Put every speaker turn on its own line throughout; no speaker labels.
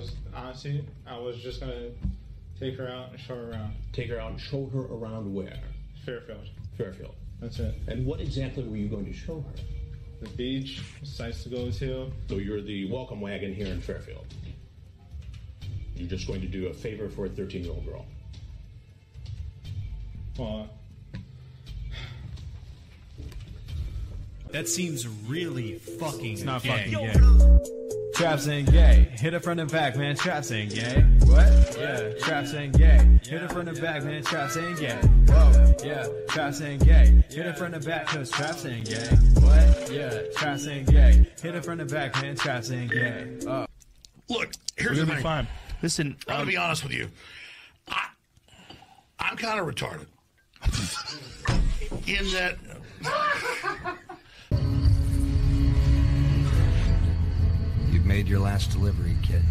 swimsuit. I was just gonna take her out and show her around
Take her out and show her around where?
Fairfield.
Fairfield.
That's it.
And what exactly were you going to show her?
The beach, sites to go to.
So you're the welcome wagon here in Fairfield. You're just going to do a favor for a 13 year old girl.
Well,
That seems really fucking it's not
fucking
gay.
gay. Traps ain't gay. Hit a friend and back, man. Traps ain't gay. What? Yeah. Traps ain't gay. Hit a friend and back, man. Traps ain't gay. Whoa. Yeah. Traps ain't gay. Hit a friend and back, cause traps ain't gay. What? Yeah. Traps ain't gay. Hit a friend and back, man. Traps ain't gay. Oh.
Look, here's
We're
the
gonna be
thing.
fine. um,
Listen, I'm gonna be honest with you. I, I'm kind of retarded. In that,
You've made your last delivery, kid.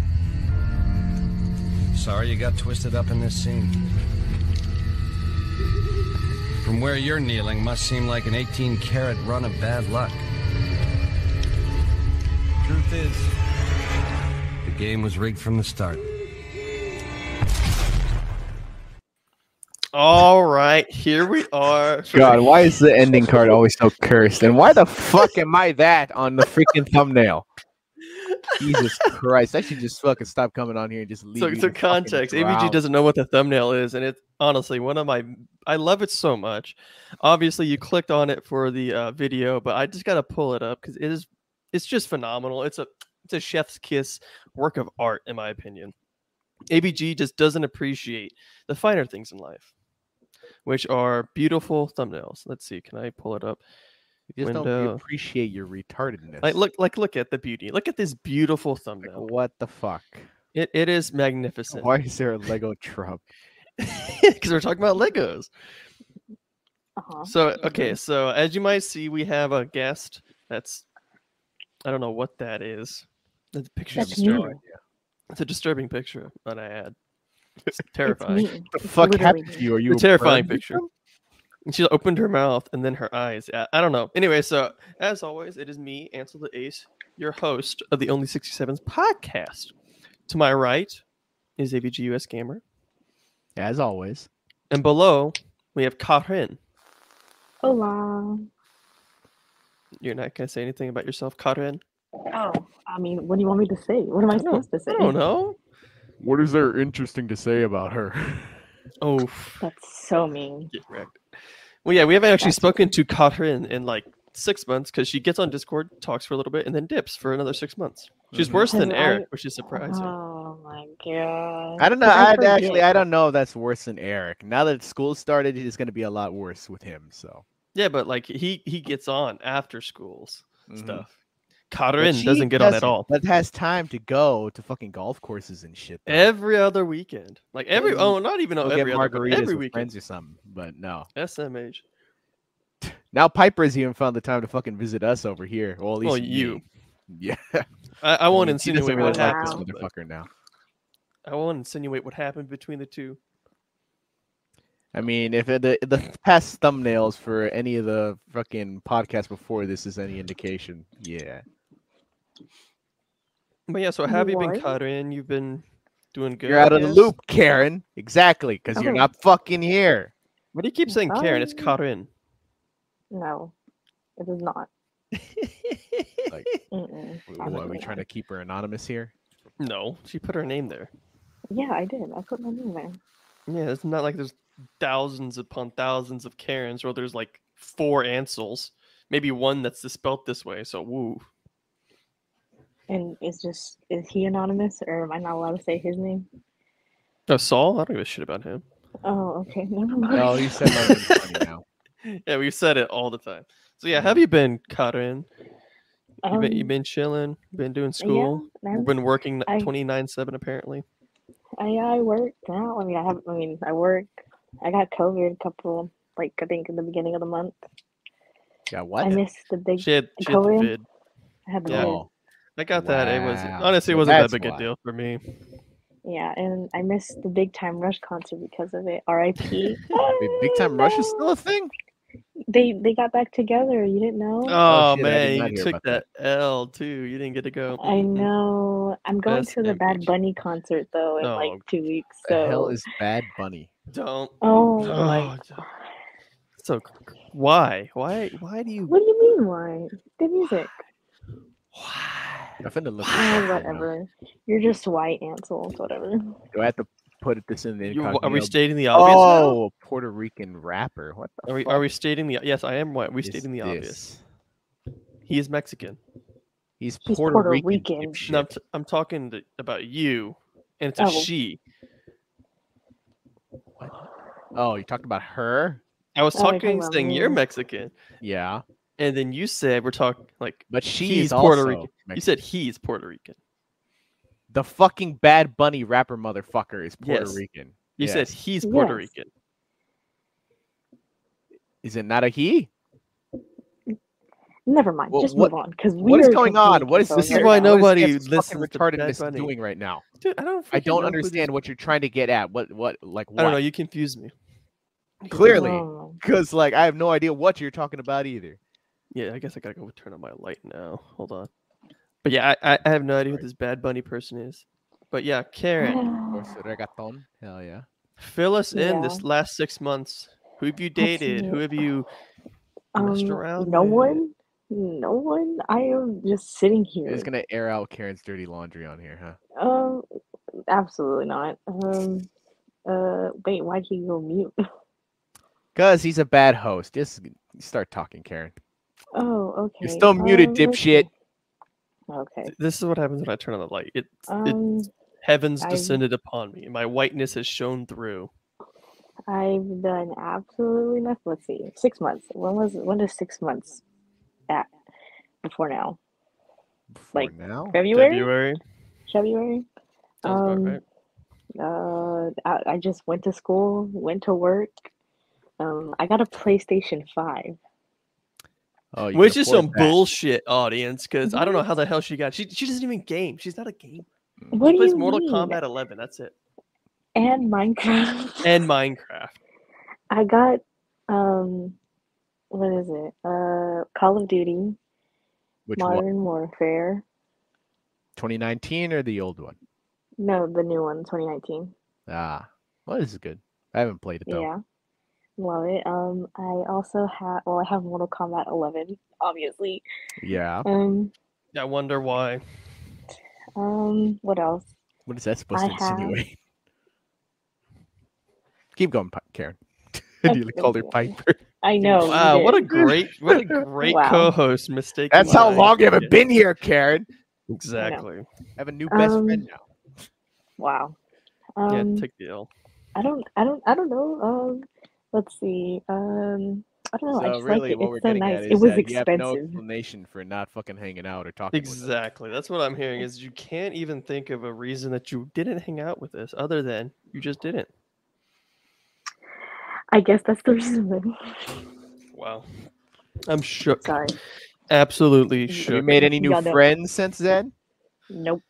Sorry you got twisted up in this scene. From where you're kneeling must seem like an 18 carat run of bad luck.
Truth is,
The game was rigged from the start.
All right, here we are. for-
God, why is the ending card always so cursed? And why the fuck am I that on the freaking thumbnail? Jesus Christ! I should just fucking stop coming on here and just leave.
So,
you
so
to fucking
context, AVG
drown.
doesn't know what the thumbnail is, and it's honestly one of my. I love it so much. Obviously, you clicked on it for the uh, video, but I just gotta pull it up because it is. It's just phenomenal. It's a it's a chef's kiss work of art, in my opinion. AVG just doesn't appreciate the finer things in life, which are beautiful thumbnails. Let's see, can I pull it up?
You just
window.
don't appreciate your retardedness.
Like look, like look at the beauty. Look at this beautiful
Like,
thumbnail.
what the fuck?
It, it is magnificent.
Why is there a Lego Trump?
because we're talking about Legos.
Uh-huh.
So okay, so as you might see, we have a guest. That's I don't know what that is. The picture
That's me.
disturbing. It's a disturbing picture that I had. It's
It's
terrifying.
me.
What the
It's
fuck
literally
happened to
me.
you? Are you
The
a
terrifying
bird?
picture. And she opened her mouth and then her eyes. I, I don't know. Anyway, so as always, it is me, Ansel the Ace, your host of the Only 67s podcast. To my right is AVGUS Gamer,
As always.
and below we have Karin.
Hola.
You're not gonna say anything about yourself, Karin.
Oh, I mean, what do you want me to say? What am I supposed to say?
I don't know.
What is there interesting to say about her?
Oh,
That's so mean.
get wrecked. Well, yeah, we haven't actually
That's-
spoken to Katrin in like six months because she gets on Discord, talks for a little bit, and then dips for another six months.
Mhm.
She's
Mm-hmm.
worse than
Have I-
Eric, which is surprising.
Oh my god.
I don't know.
But
I actually,
forget.
I don't know if that's worse than Eric. Now that school started, it's going to be a lot worse with him. So
yeah, but like he he gets on after schools stuff.
Mm-hmm. But
Katrin
she
doesn't get on at
doesn't-
all.
But has time to go to fucking golf courses and shit. though.
Every other weekend, like every
Doesn't
oh, not even
Go
every
get
other, but
margaritas
every
with
weekend.
friends or something. But no.
SMH.
Now Piper's even found the time to fucking visit us over here. Well, at least
Well,
me.
you.
Yeah.
I, I won't
He Mm-hmm.
insinuate
doesn't really
what
like this
happened. but
motherfucker now.
I won't insinuate what happened between the two.
I mean, if it, the the past thumbnails for any of the fucking podcasts before this is any indication, yeah.
But yeah, so
You
have you been,
worried?
Katrin? You've been doing good.
You're
I
out of the
guess?
loop, Karen. Exactly, because you're
Okay.
not fucking here.
Why do you keep saying Karen? It's
Bye.
Karin.
No, it is not.
Like,
Mm-mm,
what, are we
obviously
trying to
not.
keep her anonymous here?
no, she put her name there.
Yeah, I did. I put my name there.
Yeah, it's not like there's thousands upon thousands of Karens, or there's like four Ansels, maybe one that's just spelt this way. So woo.
And it's just, is he anonymous or am I not allowed to say his name?
No, Saul. I don't give a shit about him.
Oh, okay. Never mind.
No, you said my name's funny now.
Yeah, we've said it all the time. So yeah,
Mm.
have you been, Karin? You been, you
Um,
been chilling? Been doing
yeah,
school?
I'm-
Been working
I-
twenty nine seven apparently.
I I work now. I mean, I have. I mean, I work. I got COVID a couple, like I think in the beginning of the month.
Yeah, what?
I missed the big.
She had, she had the
Cohen?
vid.
I had the
yeah.
Oh.
vid.
I got that. It was
Wow.
honestly it
Well,
wasn't that
that's
big a
why.
deal for me.
yeah, and I missed the Big Time Rush concert because of it. R.I.P.
Wait, Big time rush is still a thing?
They they got back together. You didn't know?
Oh,
shit, I did not
man, you
hear
took
about
that L too. You didn't get to go.
I know. I'm going
Best
to the Bad
image.
Bunny concert though in
Oh,
like two weeks.
The
So
hell is Bad Bunny?
Don't.
oh,
Oh,
my
j- So why? Why? Why do you?
What do you mean why? The music.
Why?
I'm finna look. this up
Oh,
right now.
whatever. You're just white, Ansel. It's whatever.
Do I have to put this in the
You,
incognito?
are we stating the obvious? now?
oh, a Puerto Rican rapper. What the
Are we?
fuck
Are we stating the? Yes, Oh, I am. Why? Are we
is
stating the obvious?
this?
He is Mexican.
He's
He's
Puerto,
Puerto
Rican.
Rican.
Rican.
No, I'm, t- I'm talking to, about you, and it's a
Oh.
she.
Oh, you talked about her?
I was
Oh, you're talking
talking,
about
saying you're
me.
Mexican,
Yeah,
and then you said we're talking like
but she's
He's Puerto
Puerto
Rican.
Rican.
you said. He's Puerto Rican.
the fucking Bad Bunny rapper motherfucker is Puerto
Yes.
Rican.
You
Yeah.
said he's Puerto
Yes.
Rican.
Is it not a he?
Never mind.
Well,
just
what-
move on because
What is going on? What is this?
This is why
what
nobody
this fucking
listens to Bad
retardedness
Bunny.
doing right now?
Dude, I don't.
I
freaking
don't
know who this-
understand what you're trying to get at. What? What? Like
I don't know.
what?
You confuse me.
Clearly, because like I have no idea what you're talking about either.
Yeah, I guess I gotta go turn on my light now. Hold on. But yeah, I, I- I have no idea who this Bad Bunny person is. But yeah, Karen,
Or is it Oh, Reggaeton? Hell yeah.
fill us in
Yeah.
this last six months. Who have you dated? Who
it.
have you? messed around
um, no
with it.
one. No one. I am just sitting
You're
here.
just gonna air out Karen's dirty laundry on here, huh?
Um, absolutely not. Um, uh, wait. Why did he go mute?
Cause he's a bad host. Just start talking, Karen.
Oh, okay.
You're still muted,
um,
dipshit.
Okay. okay.
This is what happens when I turn on the light. It, it
Um,
heavens
I-
descended upon me. My whiteness has shown through.
I've done absolutely nothing. Let's see, six months. When was when is six months at before now?
Before
Like,
now,
February.
February.
February.
Sounds about
Um,
right.
Uh, I, I just went to school, went to work. Um, I got a PlayStation Five.
oh, you can
Which is
afford
some
that.
bullshit, audience, because I don't know how the hell she got. She she doesn't even game. She's not a game.
What
she
do
plays
you
Mortal
mean?
Kombat 11. That's it.
And Minecraft.
And Minecraft.
I got um, what is it? Uh, Call of Duty,
Which one?
Modern Warfare.
2019 or the old one?
No, the new one, 2019.
Ah, well, this is good. I haven't played it though.
Yeah. Love it. Um, I also have, well, I have Mortal Kombat 11, obviously.
Yeah.
Um,
I wonder why.
um, what else?
What is that supposed
I
to
have-
insinuate? Keep going, Pi- Karen. you called her
Absolutely.
Piper.
I know. you
wow, what a
did.
great, what a great
Wow.
co-host mistake.
That's how long you
have
haven't been here, Karen.
Exactly.
I have a new best
Um,
friend now.
Wow. Um,
yeah, take the L.
I don't, I don't, I don't know. Um, let's see. Um, I don't know. I
So
just
really,
liked it.
what we're
It's so
getting
nice.
at
It
is
was
that you have no
expensive.
explanation for not fucking hanging out or talking. with us.
Exactly. That's what I'm hearing is you can't even think of a reason that you didn't hang out with us other than you just didn't.
I guess that's the reason.
Wow. I'm shook.
Sorry.
Absolutely
Have you
shook.
made any new
Yeah, no.
friends since then?
Nope.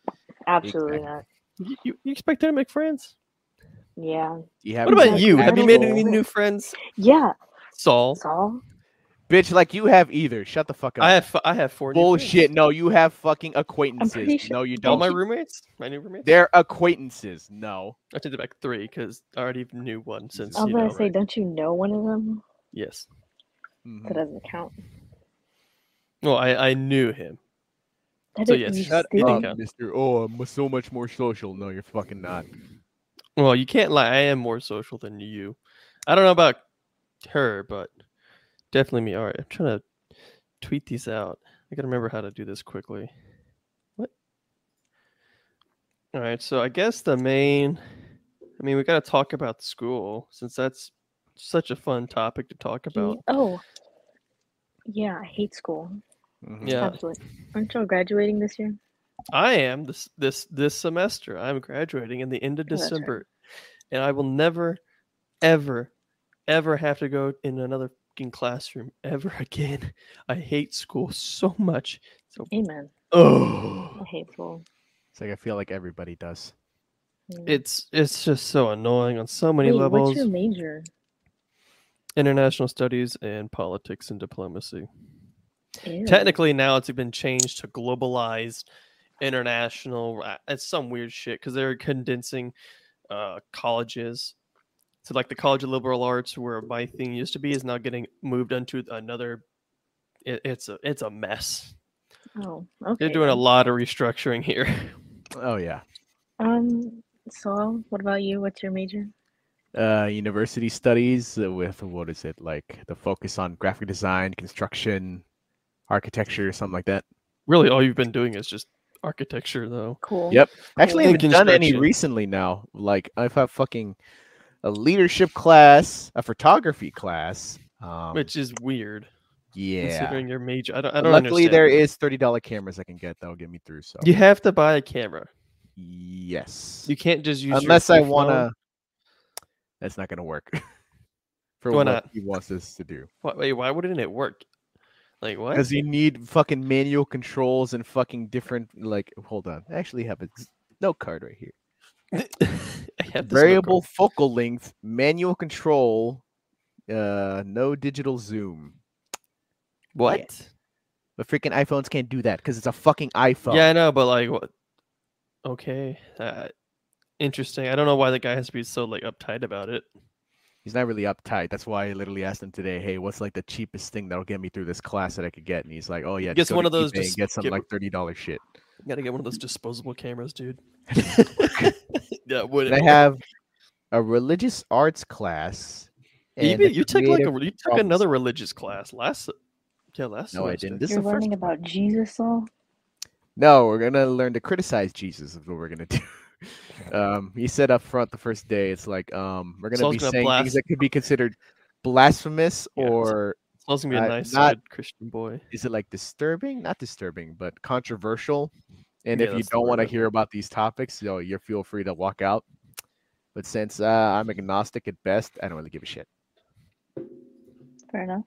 Absolutely
Exactly.
not.
You, you, you expected to make friends?
Yeah.
Do you have
What
any
about
new
you? Have you made
friends?
any new friends,
Yeah.
Saul?
Saul.
Bitch, like you have either. Shut the fuck up.
I have f- I have four new friends.
Bullshit. No, you have fucking acquaintances.
sure-
No, you
All
don't.
my roommates, my new roommates.
They're acquaintances. No.
I take it back three because I already knew one since
I was
you
gonna
know.
say, don't you know one of them?
Yes.
Mhm.
That doesn't count.
Well, I, I knew him.
That
So
is-
yes,
you
Shut
stupid.
up,
Okay.
Mister. Oh, I'm so much more social. No, you're fucking not.
Well, you can't lie. I am more social than you. I don't know about her, but definitely me. All right, I'm trying to tweet these out. I gotta remember how to do this quickly. What? All right, so I guess the main. I mean, we gotta talk about school since that's such a fun topic to talk
Do you-
about.
Oh, yeah, I hate school.
Mhm.
Yeah,
Absolutely. Aren't y'all graduating this year?
I am this this this semester. I'm graduating in the end of
Oh, that's right.
December, and I will never, ever, ever have to go in another fucking classroom ever again. I hate school so much. So
Amen.
oh,
I hate school.
It's like I feel like everybody does.
Mm.
it's it's just so annoying on so many
Wait,
levels.
What's your major?
International Studies and Politics and Diplomacy.
Ew.
Technically, now it's been changed to Globalized International. uh, It's some weird shit because they're condensing uh, colleges. So, like the College of Liberal Arts, where my thing used to be, is now getting moved onto another. It, it's a it's a mess.
Oh, okay.
They're doing a lot of restructuring here.
Oh yeah.
Um, Saul, what about you? What's your major?
Uh, university studies uh, with what is it like the focus on graphic design, construction, architecture, something like that.
really, all you've been doing is just architecture, though.
Cool.
Yep. Actually, I
Cool.
haven't done any
Construction.
recently now. Like I've had fucking a leadership class, a photography class. Um,
Which is weird,
yeah.
considering your major. I don't. I don't
Luckily,
understand.
there is thirty dollar cameras I can get that'll get me through. So
You have to buy a camera.
yes,
You can't just use your
unless I
free phone.
wanna. That's not gonna work. For
Why
what
not?
he wants us to do.
Why, wait, why wouldn't it work? Like what?
Because you need fucking manual controls and fucking different like hold on. I actually have a z- note card right here.
I have this real
Variable
quick.
focal length, manual control, uh no digital zoom.
What?
But freaking iPhones can't do that because it's a fucking iPhone.
Yeah, I know, but like what? Okay, uh, interesting. I don't know why the guy has to be so like uptight about it.
He's not really uptight. That's why I literally asked him today, hey, what's like the cheapest thing that'll get me through this class that I could get? And he's like, Oh yeah,
Gets
just go
one
to
of those
eBay and
just
get some
get-
like thirty dollar shit.
You gotta get one of those disposable cameras, dude. yeah, would
And I have a religious arts class. and a
you took like a,
creative-
you took
problems.
another religious class last. Yeah, last.
No, I
semester.
didn't. This is the
You're
first
learning about Jesus, Saul?
No, we're gonna learn to criticize Jesus. Is what we're gonna do. Um, he said up front the first day, it's like um, we're gonna
Saul's
be
gonna
saying
blast-
things that could be considered blasphemous,
Yeah, it's-
or
Saul's gonna be a
I-
nice,
not-
good Christian boy.
is it like disturbing? Not disturbing, but controversial. And
Yeah,
if you
that's the
don't
word
want to
I'm
hear about these topics, you know, you feel free to walk out. But since uh, I'm agnostic at best, I don't really give a shit.
Fair enough.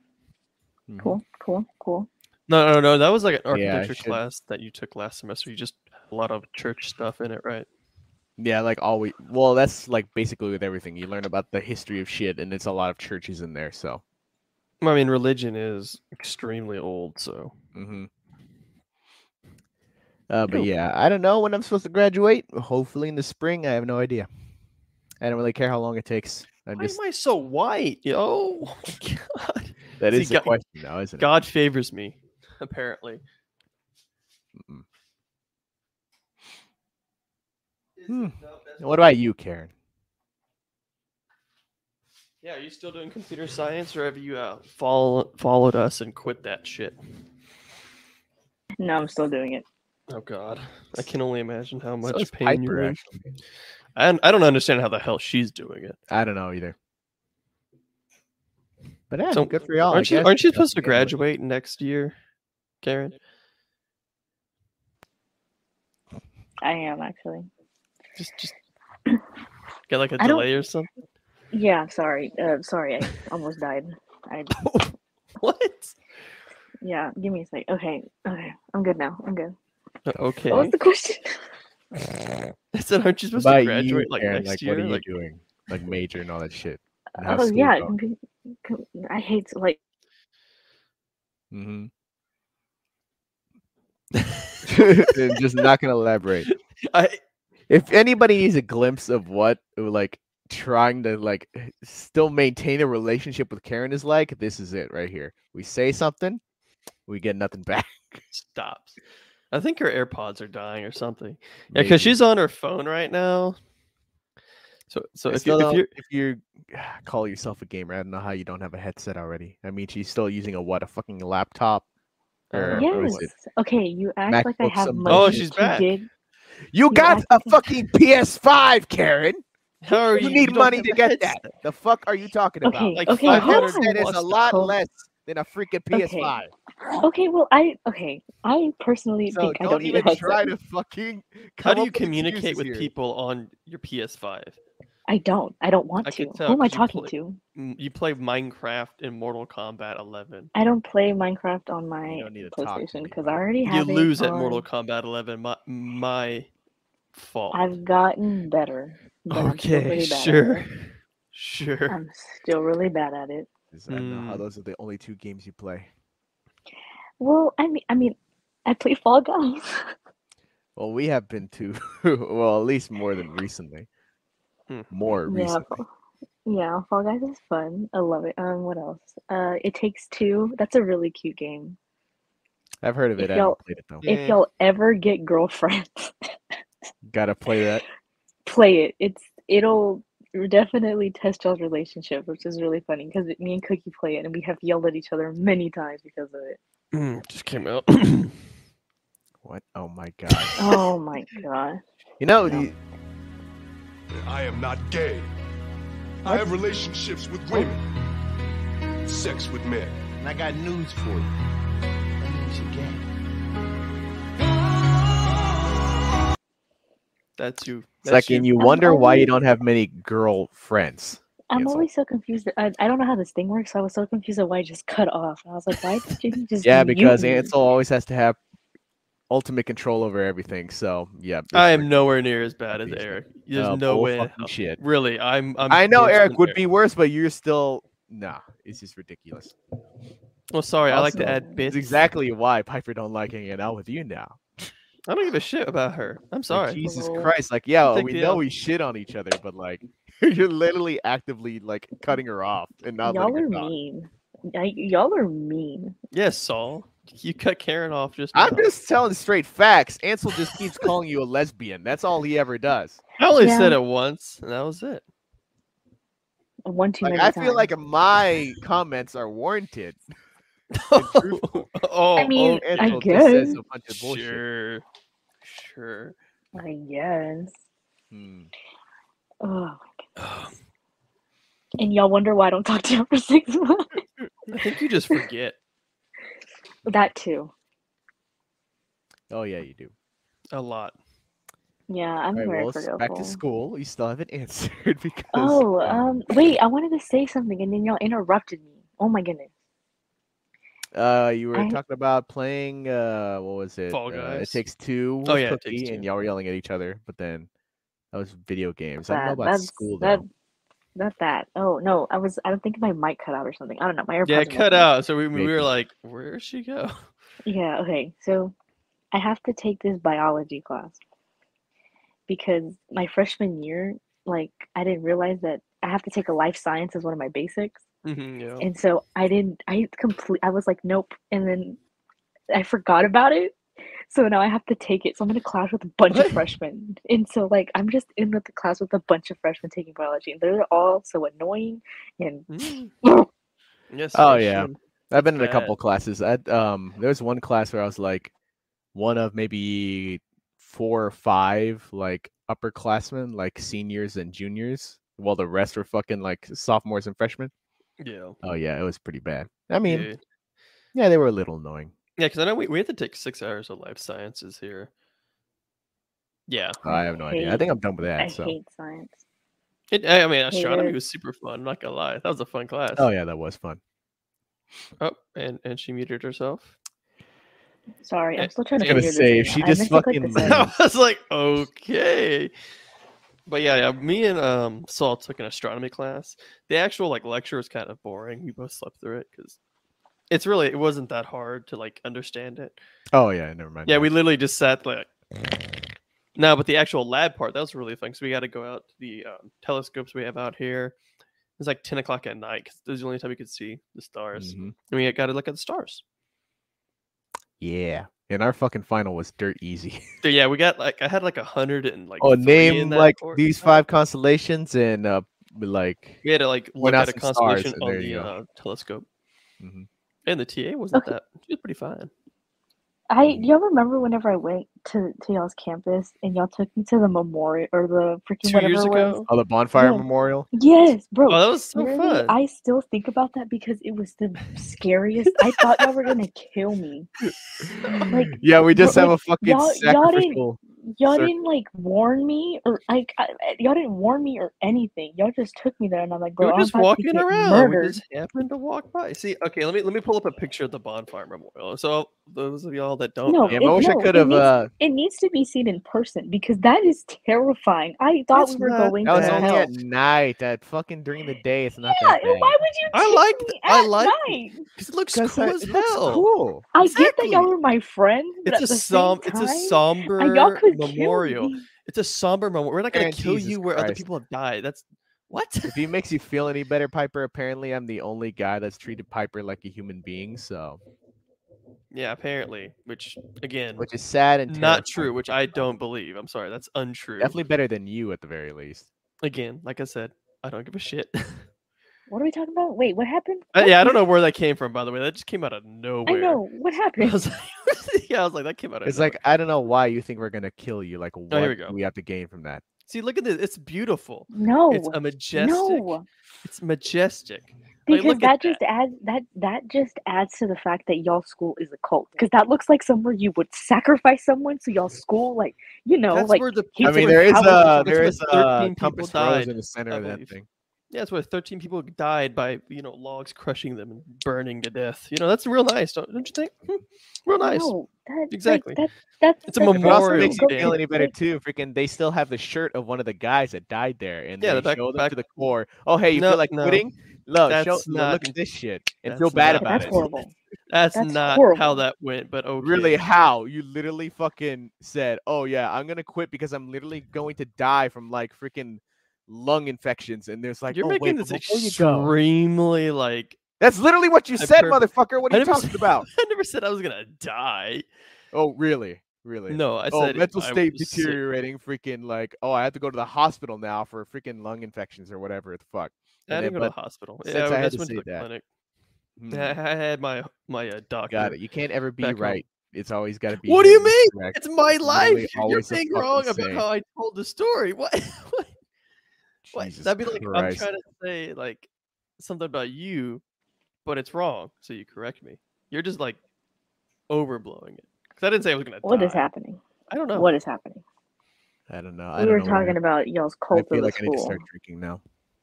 Mhm.
Cool, cool, cool.
No, no, no. That was like an
I
architecture
should-
class that you took last semester. You just a lot of church stuff in it, right?
Yeah, like always. Well, that's like basically with everything. You learn about the history of shit, and it's a lot of churches in there. So,
I mean, religion is extremely old, so
Mm-hmm. Uh, but
Cool.
yeah, I don't know when I'm supposed to graduate. Hopefully in the spring. I have no idea. I don't really care how long it takes. I'm
why
just
am I so white? Yo, Oh my God,
that
See,
is the
God-
question now, isn't
God favors me, apparently.
it? Hmm. What about you, Karen?
Yeah, are you still doing computer science, or have you uh, follow, followed us and quit that shit?
No, I'm still doing it.
Oh God, I can only imagine how
So
much
is
pain
Piper,
you're in.
actually.
And I don't understand how the hell she's doing it.
I don't know either. But yeah,
So,
good for y'all. I
aren't you?
guess.
Aren't you supposed to
Yeah, but-
graduate next year, Karen?
I am actually.
Just, just get like a
I don't-
delay or something.
Yeah, sorry. Uh, sorry, I almost died. I
What?
yeah. Give me a sec. Okay, okay. I'm good now. I'm good.
Uh, Okay.
What was the question?
I said, aren't you
What
supposed
about
to
you,
graduate like
Karen?
next
like,
year?
What are
Like,
you doing? Like major and all that shit. and how's
oh
school
yeah.
going?
compu- com- I hate to, like
Mm-hmm.
Mhm. And just not gonna elaborate.
I,
if anybody needs a glimpse of what like trying to like still maintain a relationship with Karen is like, this is it right here. We say something, we get nothing back.
stops. I think her AirPods are dying or something. Yeah, because she's on her phone right now. So, so if,
if,
you,
you
if you're
if you call yourself a gamer, I don't know how you don't have a headset already. I mean, she's still using a what a fucking laptop. Or, or
yes.
is it?
Okay, you act like I
MacBook
have
some
money.
Oh, she's
You
back.
did-
You got
I
a
fucking-
fucking PS5, Karen.
how are
You
you?
need
don't
money
have
to
a
get
headset.
that. The fuck are you talking about?
Okay,
Like
okay.
five
hold
hundred
on.
That is
watch
a
the
lot
whole-
less than a freaking PS5.
Okay, well, I okay. I personally
So
think
don't,
I don't need a
even
headset.
try to fucking.
How
come
do
up
you communicate
excuses
with
here.
people on your PS5?
I don't. I don't want
I
to.
could tell
Who am I
'cause uh, you
talking
play-
to?
Mm, You play Minecraft and Mortal Kombat 11.
I don't play Minecraft on my
don't need to talk to
PlayStation
me,
because I
bro.
already
You
have. it
lose at
on-
Mortal Kombat 11. My, my fault.
I've gotten better. but I'm still
Okay,
really bad at
sure.
it.
Sure.
I'm still really bad at it.
Is- I don't know how
Mm.
those are the only two games you play.
Well, I mean, I mean, I play Fall Guys.
Well, we have been to, well, at least more than recently.
Hmm.
More
yeah,
recently.
Fall, yeah, Fall Guys is fun. I love it. Um, what else? Uh, It Takes Two. That's a really cute game.
I've heard of
if
it. I
y'all-
haven't played it though.
Yeah.
If y'all ever get girlfriends,
Gotta play that.
play it. It's it'll definitely test y'all's relationship, which is really funny because me and Cookie play it, and we have yelled at each other many times because of it.
Mm, just came out.
What? Oh my god.
Oh my god!
You know, the,
I am not gay. I have relationships with women, sex with men.
And I got news for you. That means you're gay.
That's you. That's
second, you
I'm
wonder why you
always-
don't have many girlfriends.
I'm
Cancel.
always so confused. that- I, I don't know how this thing works. So I was so confused at why I just cut off. I was like, why did you just?
Yeah,
mute
because
me?
Ansel always has to have ultimate control over everything. So yeah, it's
I
like,
am nowhere near as bad as
Please.
Eric. There's
uh,
no
bull
way. in
fucking
hell.
Shit.
Really, I'm. I'm
I know
worse
Eric
than
would be worse, but you're still nah. It's just ridiculous.
Well, sorry, I like to
Also,
add bits.
It's exactly why Piper don't like hanging out with you now.
I don't give a shit about her. I'm
Like,
sorry.
Jesus
Hello.
Christ! Like, yeah,
take
we
the
know
L.
we shit on each other, but like, you're literally actively like cutting her off and not
y'all
letting
are
her talk.
mean. I, y'all are mean.
Yes, Saul. You cut Karen off just.
I'm
now.
just telling straight facts. Ansel just keeps calling you a lesbian. That's all he ever does.
I only
Yeah.
said it once, and that was it.
One too
Like,
many
I feel
times.
like my comments are warranted.
oh,
truthful.
oh,
mean, I
Angelo just says
guess.
a bunch of bullshit.
sure, sure.
I guess.
Hmm.
Ugh.
I
And y'all wonder why I don't talk to y'all for six months.
think you just forget.
that too.
Oh yeah, you do.
A lot.
Yeah,
All
I'm
right,
very
well, it's back
forgetful.
to school. You still haven't answered because
Oh,
uh,
um, wait, I wanted to say something and then y'all interrupted me. Oh my goodness.
uh, you were
I-
talking about playing. Uh, what was it?
Fall
Uh, it
Guys.
takes two.
Oh,
with
yeah, It Takes
Cookie,
Two.
and y'all were yelling at each other. But then that was video games. I don't know
That-
about
that's
school
that,
though.
not that. Oh no, I was I don't think my mic cut out or something. I don't know. My AirPods
Yeah,
are
it cut
messing up.
out. So we, we
Maybe.
were like, where did she go?
Yeah, okay. So I have to take this biology class because my freshman year, like I didn't realize that I have to take a life science as one of my basics.
Mhm, yeah.
And so I didn't, I complete, I was like, nope. And then I forgot about it. So now I have to take it. So I'm in a class with a bunch of freshmen. And so, like, I'm just in with the class with a bunch of freshmen taking biology. And they're all so annoying. And
Mm.
oh,
Yes.
Oh,
I
yeah.
should.
I've been in a
bad.
couple classes. I um, there was one class where I was like, one of maybe four or five like upperclassmen, like seniors and juniors, while the rest were fucking like sophomores and freshmen.
Yeah.
Oh yeah, it was pretty bad. I mean,
yeah.
yeah, they were a little annoying.
Yeah, because I know we, we have to take six hours of life sciences here. Yeah,
I have no idea. I think I'm done with
I
that. So.
hate science.
it, I I mean
Hey,
astronomy
there-
was super fun. I'm not gonna lie, that was a fun class.
Oh yeah, that was fun.
Oh, and and she muted herself.
Sorry,
I-
I'm still trying to
I was
figure
gonna
say,
this thing
if
out.
she
I
just
meant to click
fucking
this out.
I was like, okay. But yeah, yeah, me and um Saul took an astronomy class. The actual like lecture was kind of boring. We both slept through it because it's really it wasn't that hard to like understand it.
Oh yeah, never mind.
Yeah, we literally just sat like. No, but the actual lab part that was really fun. So we got to go out to the um, telescopes we have out here. It's like ten o'clock at night because was the only time we could see the stars,
Mhm.
and we got to look at the stars.
Yeah, and our fucking final was dirt easy.
So yeah, we got like I had like a hundred and like.
oh,
three in
name
that
like
course.
these five constellations and uh like
We had to like
Went
look
out
at a
some stars,
constellation
and
on
there
the
you go.
uh, telescope,
Mhm.
and the TA wasn't
Okay.
that. She was pretty fine.
I y'all remember whenever I went to, to y'all's campus and y'all took me to the memorial or the freaking
Two
whatever
years
it was?
ago.
oh the bonfire
Yeah.
memorial.
Yes, bro.
Oh, that was so
Literally,
fun.
I still think about that because it was the scariest. I thought y'all were gonna kill me. Like
yeah, we
bro,
just have a
like,
fucking
y'all- y'all didn't-
sacrificial.
y'all
Sir-
didn't like warn me or like I, I- y'all didn't warn me or anything. Y'all just took me there, and I'm like,
We
bro,
were
I'm
just
about to
walking
get
around.
murdered."
We just happened to walk by. See, okay, let me let me pull up a picture of the bonfire memorial. So those of y'all that don't,
No,
know,
Damn, I
it-
wish I
no,
could
it
have.
needs-
Uh,
It needs to be seen in person because that is terrifying. I thought
It's
we were
not
going
that
to
was
Yeah.
only
hell.
at night. At fucking during the day, it's not
Yeah,
that
and
bad.
why would you?
I
take
liked-
me
I
at
liked it.
night?
'cause it looks
'Cause
cool
I-
as
it looks
hell.
cool.
I get that y'all
Exactly.
were my friends. But
It's
at
a
the same
som- it's a
time,
somber
uh, y'all could kill
memorial.
me.
It's a somber moment. We're not gonna
Man,
kill
Jesus
you where other
Christ.
people have died. That's what?
If it makes you feel any better, Piper, apparently I'm the only guy that's treated Piper like a human being, so
yeah, apparently. Which again,
which is sad and
not
terrifying.
true. Which I don't believe. I'm sorry, that's untrue.
Definitely better than you at the very least.
Again, like I said, I don't give a shit.
What are we talking about? Wait, what happened?
Uh,
What?
yeah, I don't know where that came from. By the way, that just came out of
I
nowhere.
know what
I
happened.
was like, yeah, I was like, that came out of
It's
nowhere.
like I don't know why you think we're gonna kill you. Like what
Oh, here we go.
do we have to gain from that?
See, look at this. It's beautiful.
No,
It's a majestic.
no,
It's majestic. Like,
because
look
that
at
just adds that that just adds to the fact that y'all school is a cult. Because that looks like somewhere you would sacrifice someone. So y'all school, like you know,
That's
like
where the
I
I
It's
mean,
like
there is
how many-
a
it's
there
like
is a
13 people
compass rose
died,
in the center
I
of that
believe.
thing.
yeah, it's where 13 people died by you know logs crushing them and burning to death. You know, that's real nice, don't, don't you think? Hmm, Real nice.
No, that, like,
Exactly.
that, that's
It's a
that's-
If it also
Memorial
makes you
Day.
feel any better too, freaking they still have the shirt of one of the guys that died there, and
Yeah,
they
the back-
show them
back-
to the core. Oh hey, you
No,
feel like
no.
quitting? Look, show,
That's
look, look
not-
at this shit, and
that's
feel bad
not-
Yeah,
about
that's
it.
horrible.
That's,
That's
not how
horrible.
that went, but okay.
Really, how you literally fucking said, "Oh yeah, I'm gonna quit because I'm literally going to die from like freaking lung infections," and there's like,
You're
"Oh,
making
wait,
this
but before you go-"
extremely like
That's literally what you
I
said,
perfect-
motherfucker. What
I
are you
never
talking
said-
about?
I never said I was gonna die.
Oh, really? Really?
No, I
oh,
said
mental
I
state
was sick.
deteriorating. Freaking like, oh, I have to go to the hospital now for freaking lung infections or whatever the fuck.
I
and
didn't go
then-
to the hospital.
since
Yeah,
I
I,
had
just
to
went to
say
the
that,
clinic.
Hmm,
I I had my my uh, doctor.
got it. You can't ever be
back home.
right. It's always got to be.
What do you
morally
mean?
correct.
It's my
It's
life.
literally
You're, you're
always the
being
fucking
wrong about
same.
how I told the story. What? what? what?
Jesus
That'd be like I'm
Christ.
trying to say like something about you, but it's wrong. So you correct me. You're just like overblowing it because I didn't say I was gonna.
What
die.
is happening?
I don't know.
What is happening?
I don't know. I
We
don't
were
know where-
talking about y'all's
I
cult
feel
of the
like I need to
school.
start drinking now.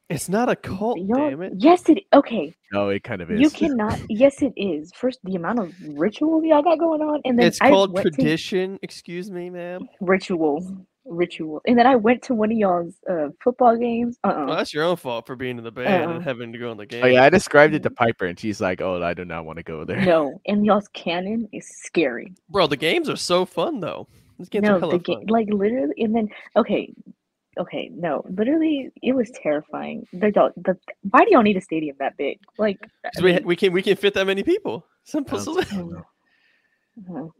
It's not a cult,
Y'all,
damn it.
yes, it okay.
No, it kind of is.
You cannot. Yes, it is. First, the amount of ritual y'all got going on, and then
It's
I
called
went to
tradition. Excuse me, ma'am.
ritual, ritual, and then I went to one of y'all's uh, football games. Uh,
Well,
uh
that's your own fault for being in the band
Uh-uh.
and having to go in the game.
Oh yeah, I described it to Piper, and she's like, "Oh, I do not want to go there."
no, and y'all's canon is scary.
Bro, the games are so fun though. These games are
No,
hella
the
fun.
game, like literally, and then okay, okay, no, literally, it was terrifying. The, y'all- the why do y'all need a stadium that big? Like, I
'Cause we, ha-
mean,
we can we can fit that many people. Simple.
Um,
solu-
mm, mhm.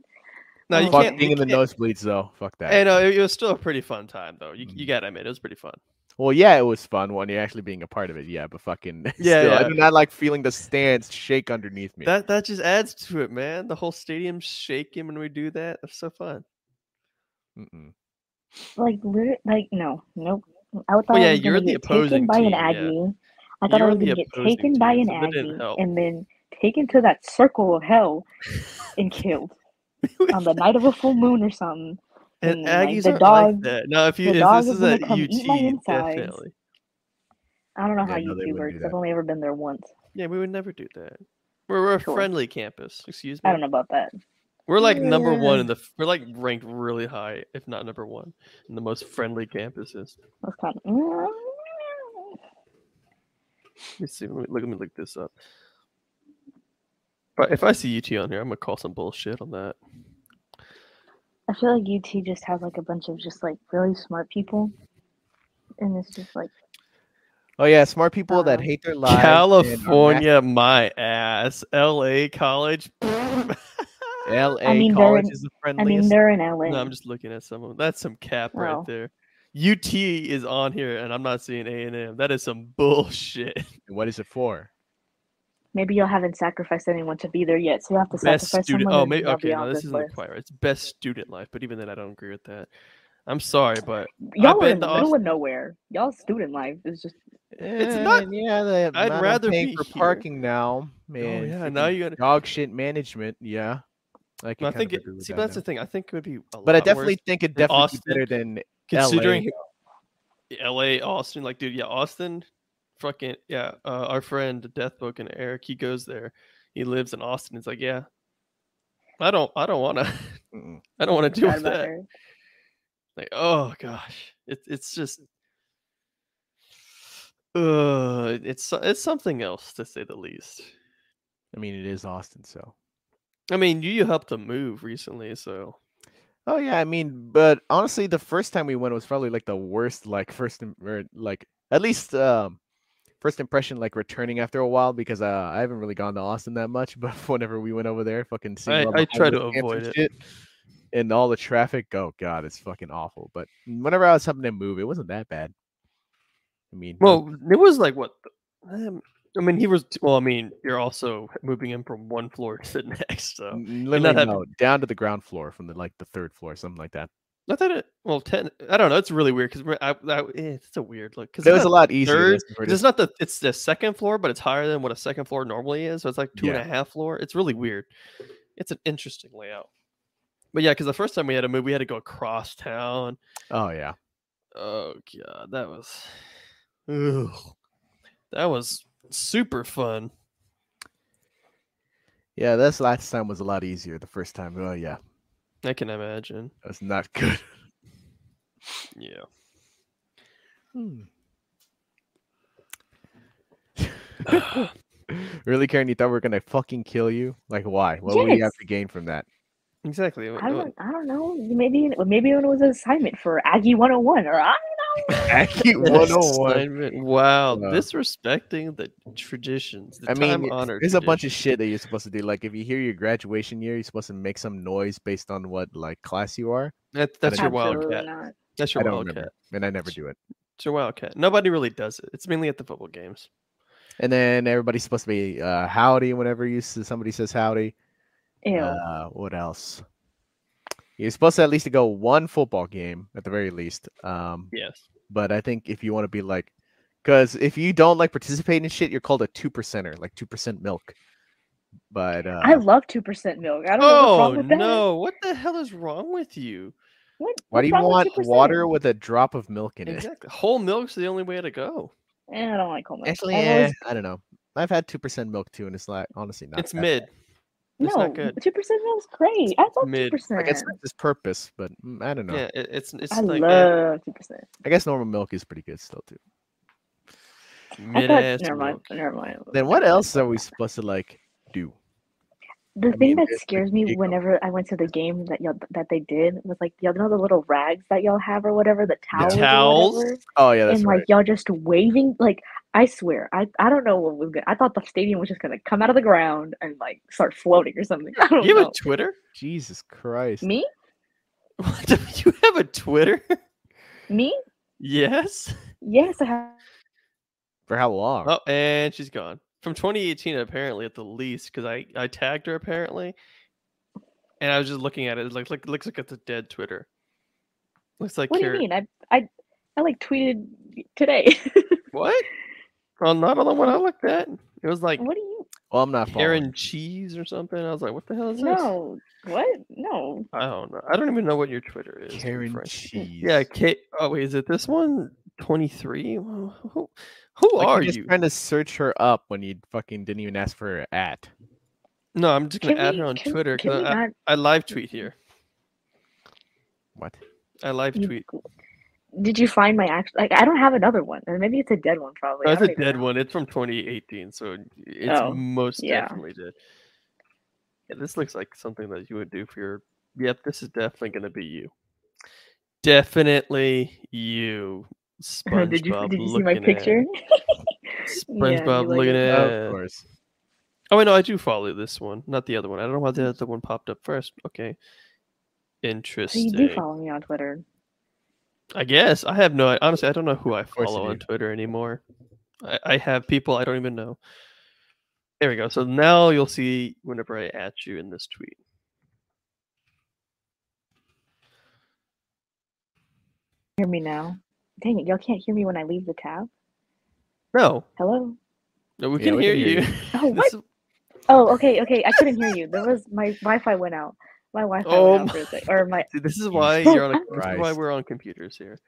no, you
Fuck
Fuck
can't.
being
You
in the
can't.
nosebleeds though. Fuck that.
And uh, it, it was still a pretty fun time though.
Mm.
You, you gotta admit it was pretty fun.
Well, yeah, it was fun when you're actually being a part of it. Yeah, but fucking
Yeah,
still, I
yeah.
do not like feeling the stands shake underneath me.
That that just adds to it, man. The whole stadium's shaking when we do that. That's so fun.
Mm-mm.
Like literally, like no, nope. I thought
yeah,
I was
you're
gonna
the
get taken
opposing
by
team,
an
yeah.
Aggie. I thought I
You're
was
the
gonna get
opposing
taken by
team,
an
so that didn't
Aggie
help.
and then taken to that circle of hell and killed on the night of a full moon or something.
And
Mm, like,
Aggies
the
aren't like
dog-
that. Now, if you
the
if
dog
this
is
is
gonna
at
come eat my
UT,
insides.
definitely.
I don't know
Yeah, no,
how
they
you
wouldn't
two
do
work because I've
that.
only ever been there once.
Yeah, we would never do that. We're, we're a
Sure.
friendly campus. Excuse me.
I don't know about that.
We're like number one in the. f- We're like ranked really high, if not number one, in the most friendly campuses.
That's kind of. Mm,
Let me see. Let me, look, let me look this up. But if I see UT on here, I'm gonna call some bullshit on that.
I feel like UT just has like a bunch of just like really smart people, and it's just like
Oh yeah, smart people that
Uh,
hate their lives. and are nasty.
California, my ass. LA College. no,
LA
I mean, they're
college
in-
is the
I mean
friendliest.
they're in LA.
I'm just looking at some of them. That's some cap
Wow.
right there. UT is on here, and I'm not seeing A and M. That is some bullshit.
what is it for?
Maybe y'all haven't sacrificed anyone to be there yet, so you have to
best
sacrifice
student.
someone.
Oh,
and
maybe
y'all
okay.
be
No,
on
this isn't
list.
quite right. It's best student life, but even then, I don't agree with that. I'm sorry, but
Y'all are
bet
in the
the
middle
Aust-
of nowhere. Y'all's student life is just
it's not.
And Eh, Yeah, they-
I'd
not
rather
paying
be
for
here. Oh,
parking now, man.
yeah, now
freaking
you gotta-
dog shit management. Yeah. I,
I think it,
it,
see, but that's the thing. I think it would be, a
But I
lot
definitely
worse
think
in
it'd definitely
Austin,
be better than
considering
LA.
LA, Austin. Like, dude, yeah, Austin, fucking, yeah. Uh, our friend Death Book and Eric, he goes there. He lives in Austin. It's like, yeah, I don't, I don't want to,
Mm-mm.
I don't want to deal
Bad
with
about
that.
her.
Like, oh gosh, it, it's just, uh, it's so- it's something else to say the least.
I mean, it is Austin, so.
I mean, you helped them move recently, so
Oh yeah, I mean, but honestly, the first time we went was probably like the worst, like first im- or like at least um first impression, like returning after a while because uh, I haven't really gone to Austin that much. But whenever we went over there, fucking seeing
I-
all the
I try to
homeless camps and
avoid it.
shit and all the traffic. Oh god, it's fucking awful. But whenever I was helping them move, it wasn't that bad. I mean, uh,
Well, it was like what? the- Um, I mean, he was. Well, I mean, you're also moving him from one floor to the next. So
n- literally
having-
no, down to the ground floor from the like the third floor, something like that.
not that it. Well, ten. I don't know. It's really weird because I, I, eh, it's a weird look. Because
It was a lot easier.
Third,
this is
'cause
where it
it's not the. It's the second floor, but it's higher than what a second floor normally is. So it's like two and a
Yeah.
half floor. It's really weird. It's an interesting layout. But yeah, because the first time we had to move, we had to go across town.
Oh yeah,
Oh god, that was. Ugh, that was super fun.
yeah. This last time was a lot easier. The first time, oh yeah.
I can imagine.
That's not good.
Yeah.
really, Karen, you thought we were gonna fucking kill you? Like, why? What would you have
Yes.
to gain from that?
Exactly.
I
What- what-
don't. I don't know. Maybe maybe it was an assignment for Aggie 101, or I don't know.
Aggie 101.
Assignment. Wow,
Wow.
disrespecting the traditions. The
I mean, it's-
time-honored
there's a bunch of
traditions.
shit that you're supposed to do. Like, if you hear your graduation year, you're supposed to make some noise based on what like class you are.
That, that's your
Absolutely
wildcat.
not.
That's your
I don't
wildcat.
remember, and I never do it.
It's your wildcat. Nobody really does it. It's mainly at the football games.
And then everybody's supposed to be uh, howdy whenever you s- somebody says howdy.
Ew.
Uh, what else? You're supposed to at least to go one football game at the very least. Um,
Yes.
but I think if you want to be like, because if you don't like participate in shit, you're called a two percenter, like two percent milk. But uh,
I love two percent milk. I don't know what's
Oh
wrong with that.
no! What the hell is wrong with you?
What,
why do
what's
you
wrong with
want
2%?
water with a drop of milk in it?
Exactly. Whole milk's the only way to go.
Eh, I don't like whole milk.
Actually,
I've
eh,
always-
I don't know. I've had two percent milk too, and it's like honestly not.
it's
that
mid. It's not
no,
good.
two percent milk's great. I love two
mid.
bad. Like
percent.
it's not its purpose, but mm, I don't know.
Yeah, it, it's it's
I
like
love two percent.
I guess normal milk is pretty good still too.
I
mid
thought.
ass
Never mind.
milk.
Never mind.
Then what else are we supposed to like do?
The
I
thing
mean,
that
it's
scares me
ridiculous.
whenever I went to the game that y'all that they did was like y'all know the little rags that y'all have or whatever the towels, or
towels?
whatever?
Oh yeah, that's
and
right.
like y'all just waving like I swear I I don't know what was gonna I thought the stadium was just gonna come out of the ground and like start floating or something I don't
You have
know
a Twitter?
Jesus Christ.
me
What the, you have a Twitter?
me
yes.
yes I have
For how long?
Oh, and she's gone from 2018 apparently at the least because I I tagged her apparently, and I was just looking at it. It's like look, looks like it's a dead Twitter. Looks like
what do
you're-
you mean I I I like tweeted today
What? Well, not on the one I looked at. It was like
what do you
Well, I'm not following.
Karen Cheese or something. I was like, what the hell is this?
no what no
I don't know. I don't even know what your Twitter is. to be
Karen
frank.
cheese.
Yeah. K. Oh wait, is it this one? 23. Who who- who
Like,
are
just
you?
trying to search her up when you fucking didn't even ask for her at?
No, I'm just gonna
can
add
we,
her on
can,
Twitter
can we
because I,
not
I live tweet here.
What?
I live
You-
tweet.
did you find my actual like I don't have another one or maybe it's a dead one probably
No,
I
Oh, it's a
don't even
dead
know.
one. It's from 2018, so it's
Oh,
most
yeah.
definitely dead. Yeah, this looks like something that you would do for your. Yep, this is definitely going to be you. Definitely you. SpongeBob.
did you did you see my
looking at-
picture
SpongeBob
you like
looking
it.
at.
Of course.
Oh, wait, no, I do follow this one, not the other one. I don't know why the other one popped up first. Okay.
so
Interesting.
Oh, you do follow me on Twitter
I guess I have no. Honestly, I don't know who I
course you
follow on
do.
Twitter anymore. I, I have people I don't even know. There we go. So now you'll see whenever I at you in this tweet.
hear me now dang it y'all can't hear me when I leave the tab
No,
hello
no, we
Yeah,
can
we
hear
can hear
you.
Oh,
This is-
Oh, okay, okay. I couldn't hear you. There was my Wi-Fi went out. My Wi-Fi went
Oh
out
my-
for a sec- or my.
See, this is why you're on. A,
I'm-
this is why
Christ.
we're on computers here.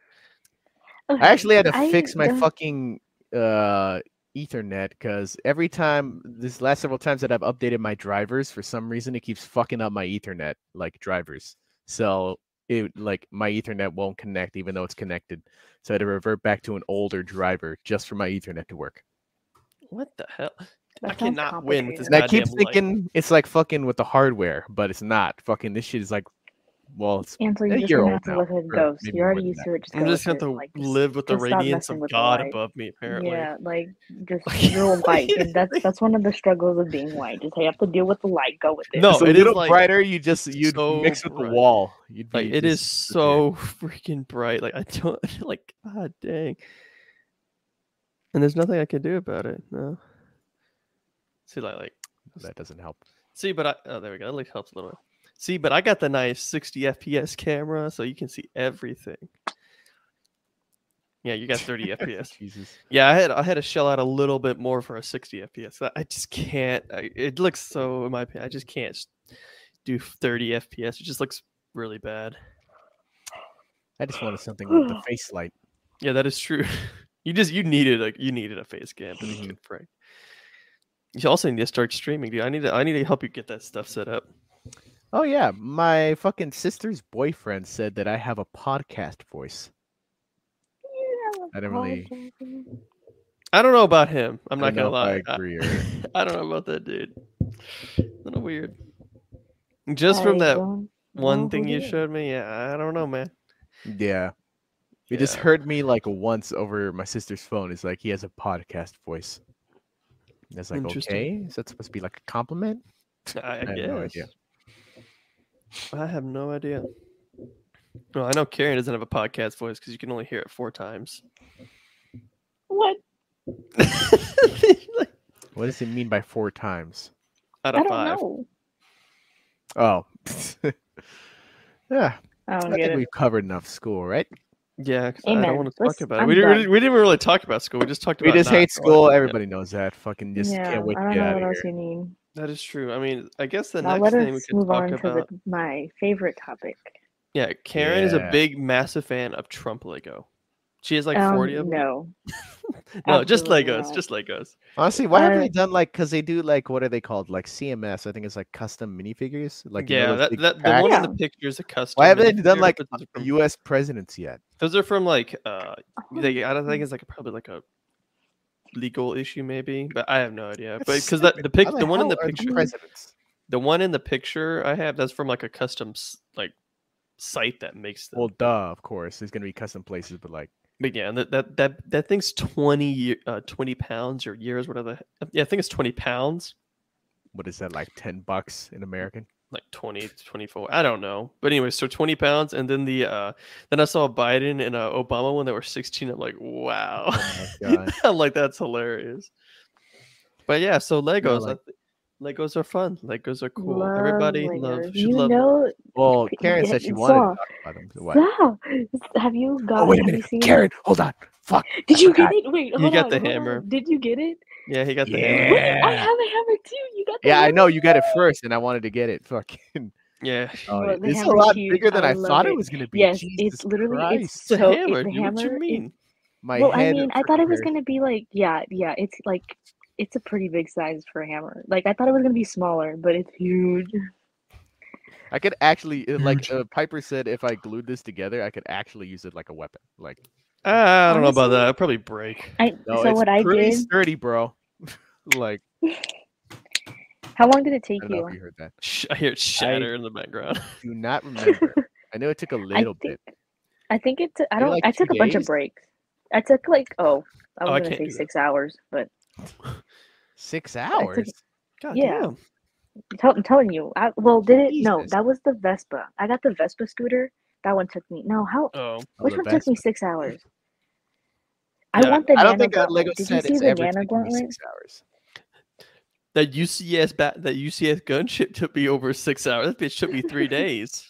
okay,
I actually had to
I
fix my
don't-
fucking uh Ethernet because every time this last several times that I've updated my drivers, for some reason it keeps fucking up my Ethernet like drivers. So it like my Ethernet won't connect even though it's connected. So I had to revert back to an older driver just for my Ethernet to work.
What the hell?
that
I
sounds
cannot win with this
complicated.
And I keep
Goddamn light.
thinking it's like fucking with the hardware, but it's not. Fucking this shit is like, well, it's
Ansel,
a
you're just
year old
gonna have to
now,
live with
or
ghosts.
maybe
You're
more
already
than
used
that.
to it. Just
I'm
go
just
with
gonna have
it,
to
like, just-
live with the
just stop
radiance
messing
of
with the
God
light.
above me. Apparently,
Yeah, like
Like,
just you're white, and that's
seriously.
that's one of the struggles of being white. Is you have to deal with the light. Go with it.
No,
it's a
it is,
little
like,
brighter. You just you'd
so
mix with
bright.
the wall. You'd
like
be
it is
just-
so freaking bright. Like I don't like. God dang. And there's nothing I can do about it. No. See, like, like
that doesn't help.
see, but I. Oh, there we go. That like helps a little. bit. See, but I got the nice 60 FPS camera, so you can see everything. Yeah, you got 30 FPS.
Jesus.
Yeah, I had I had to shell out a little bit more for a 60 FPS. I- I just can't. I, it looks so, in my opinion, I just can't s- do 30 FPS. It just looks really bad.
I just wanted something with the face light.
Yeah, that is true. you just you needed like you needed a face cam to be
Mhm.
good, Frank. You also need to start streaming, dude. I need to I need to help you get that stuff set up.
Oh yeah, my fucking sister's boyfriend said that I have a podcast voice. I don't really-
I don't know about him. I'm
I
not gonna
don't know
lie.
if I agree or
I don't know about that dude. A little weird. Just from that
Oh, um,
one thing you showed me, yeah, I don't know, man.
Yeah. He just
Yeah.
heard me like once over my sister's phone. It's like he has a podcast voice. And it's like,
Interesting.
okay, is that supposed to be like a compliment?
I,
have
guess.
no idea.
I have no idea. Well, I know Karen doesn't have a podcast voice because you can only hear it four times.
What?
Like,
What does it mean by four times?
out
I
of
don't
five.
know.
Oh. yeah.
I
I
don't get
think
it.
we've covered enough school, right?
Yeah, 'cause I don't
Amen.
want to talk
Let's-
about it.
I'm
We didn't, really,
done.
we didn't really talk about school. We just talked
We
about
just
not
hate
going.
school.
Yeah,
Everybody knows that. Fucking just
yeah,
can't wait
I
to
don't
get
know
out
what
of
else
here.
you need.
That is true. I mean, I guess the
Now
next
let
thing we
us
could
move
talk
on to
about.
the, my favorite topic.
Yeah, Karen is a
Yeah.
big, massive fan of Trump Lego. She has like
Um,
40 of them.
no,
No, just
absolutely
Legos.
not.
Just Legos.
Honestly, why haven't
Uh,
they done like because they do like what are they called? Like CMS. I think it's like custom minifigures. Like you know
yeah,
those
that,
big
that, the one
packs?
in the picture is a custom.
Why haven't they done
minifigure,
like
but those are from-
U.S. presidents yet?
Those are from like uh
Oh,
they I don't think it's like probably like a legal issue maybe, but I have no idea.
That's
But cuz that
stupid.
the pic
How
the one in
hell
the
are
picture the,
presidents.
one in the picture I have that's from like a custom s- like site that makes them.
Well, duh, of course. There's gonna be custom places, but like
but yeah, that that that, that thing's 20 ye- uh 20 pounds or years whatever. the he- Yeah, I think it's 20 pounds,
what is that like ten bucks in American?
like 20 24. I don't know. But anyway, so 20 pounds and then the uh then I saw a Biden and a Obama one that were 16. I'm like, "Wow."
Oh my god.
I'm like that's hilarious. But yeah, so Legos,
like-
I thi- Legos are fun. Legos are cool. Everybody
love Legos.
love should
you
love.
know,
Well,
P-
Karen
yeah,
said she
it's
wanted to
all-
talk about them. So what?
stop. Have you got?
Oh wait a
have you
minute,
seen-
Karen, hold on. Fuck.
Did
I
you get
forgot.
it? Wait, hold
got
on,
the
hold on.
hammer.
Did you get it?
Yeah, he got the hammer.
Yeah.
I have a hammer too. You got the
Yeah, I
hammer?
know you got it first, and I wanted to get it. Fucking.
Yeah,
Oh,
Well, the
this is a
hammer's
lot
huge.
bigger than
I
I,
love
thought it.
it.
was gonna be.
Yes,
Jesus
it's literally
Christ.
it's
it's a
so
hammer.
It's
dude,
a hammer.
what you
it-
mean?
My
well, I
head
mean, I thought it was
hurts.
gonna be like, yeah, yeah. It's like it's a pretty big size for a hammer. Like I thought it was gonna be smaller, but it's huge.
I could actually, uh, like uh, Piper said, if I glued this together, I could actually use it like a weapon. Like,
Ah, I don't know about
Honestly-
that. I'd probably break.
I
no,
so
it's
what I
pretty
did.
sturdy, bro. like,
How long did it take
I don't know if
you?
you heard that.
Sh- I hear it shatter in the background.
Do not remember. I know it took a
I
little
think
bit.
I think it. T- I
Maybe
don't.
like
I
two
took a bunch of
days?
breaks. I took like oh, I
Oh,
was
I
gonna
can't
say
do that.
six hours, but
Six hours.
God
Yeah.
damn.
tell, I'm telling you. I, well, did it? No,
Jesus.
that was the Vespa. I got the Vespa scooter. That one took me. No, how?
Oh,
Oh,
Which
the
one took me
best.
six hours?
Yeah,
I want the
I
nano
don't think that
gauntlet.
Lego
Did you
set
see
is
the
ever
nano
taken me
gauntlet?
six hours.
that UCS bat, that UCS gunship took me over six hours. That bitch took me three days.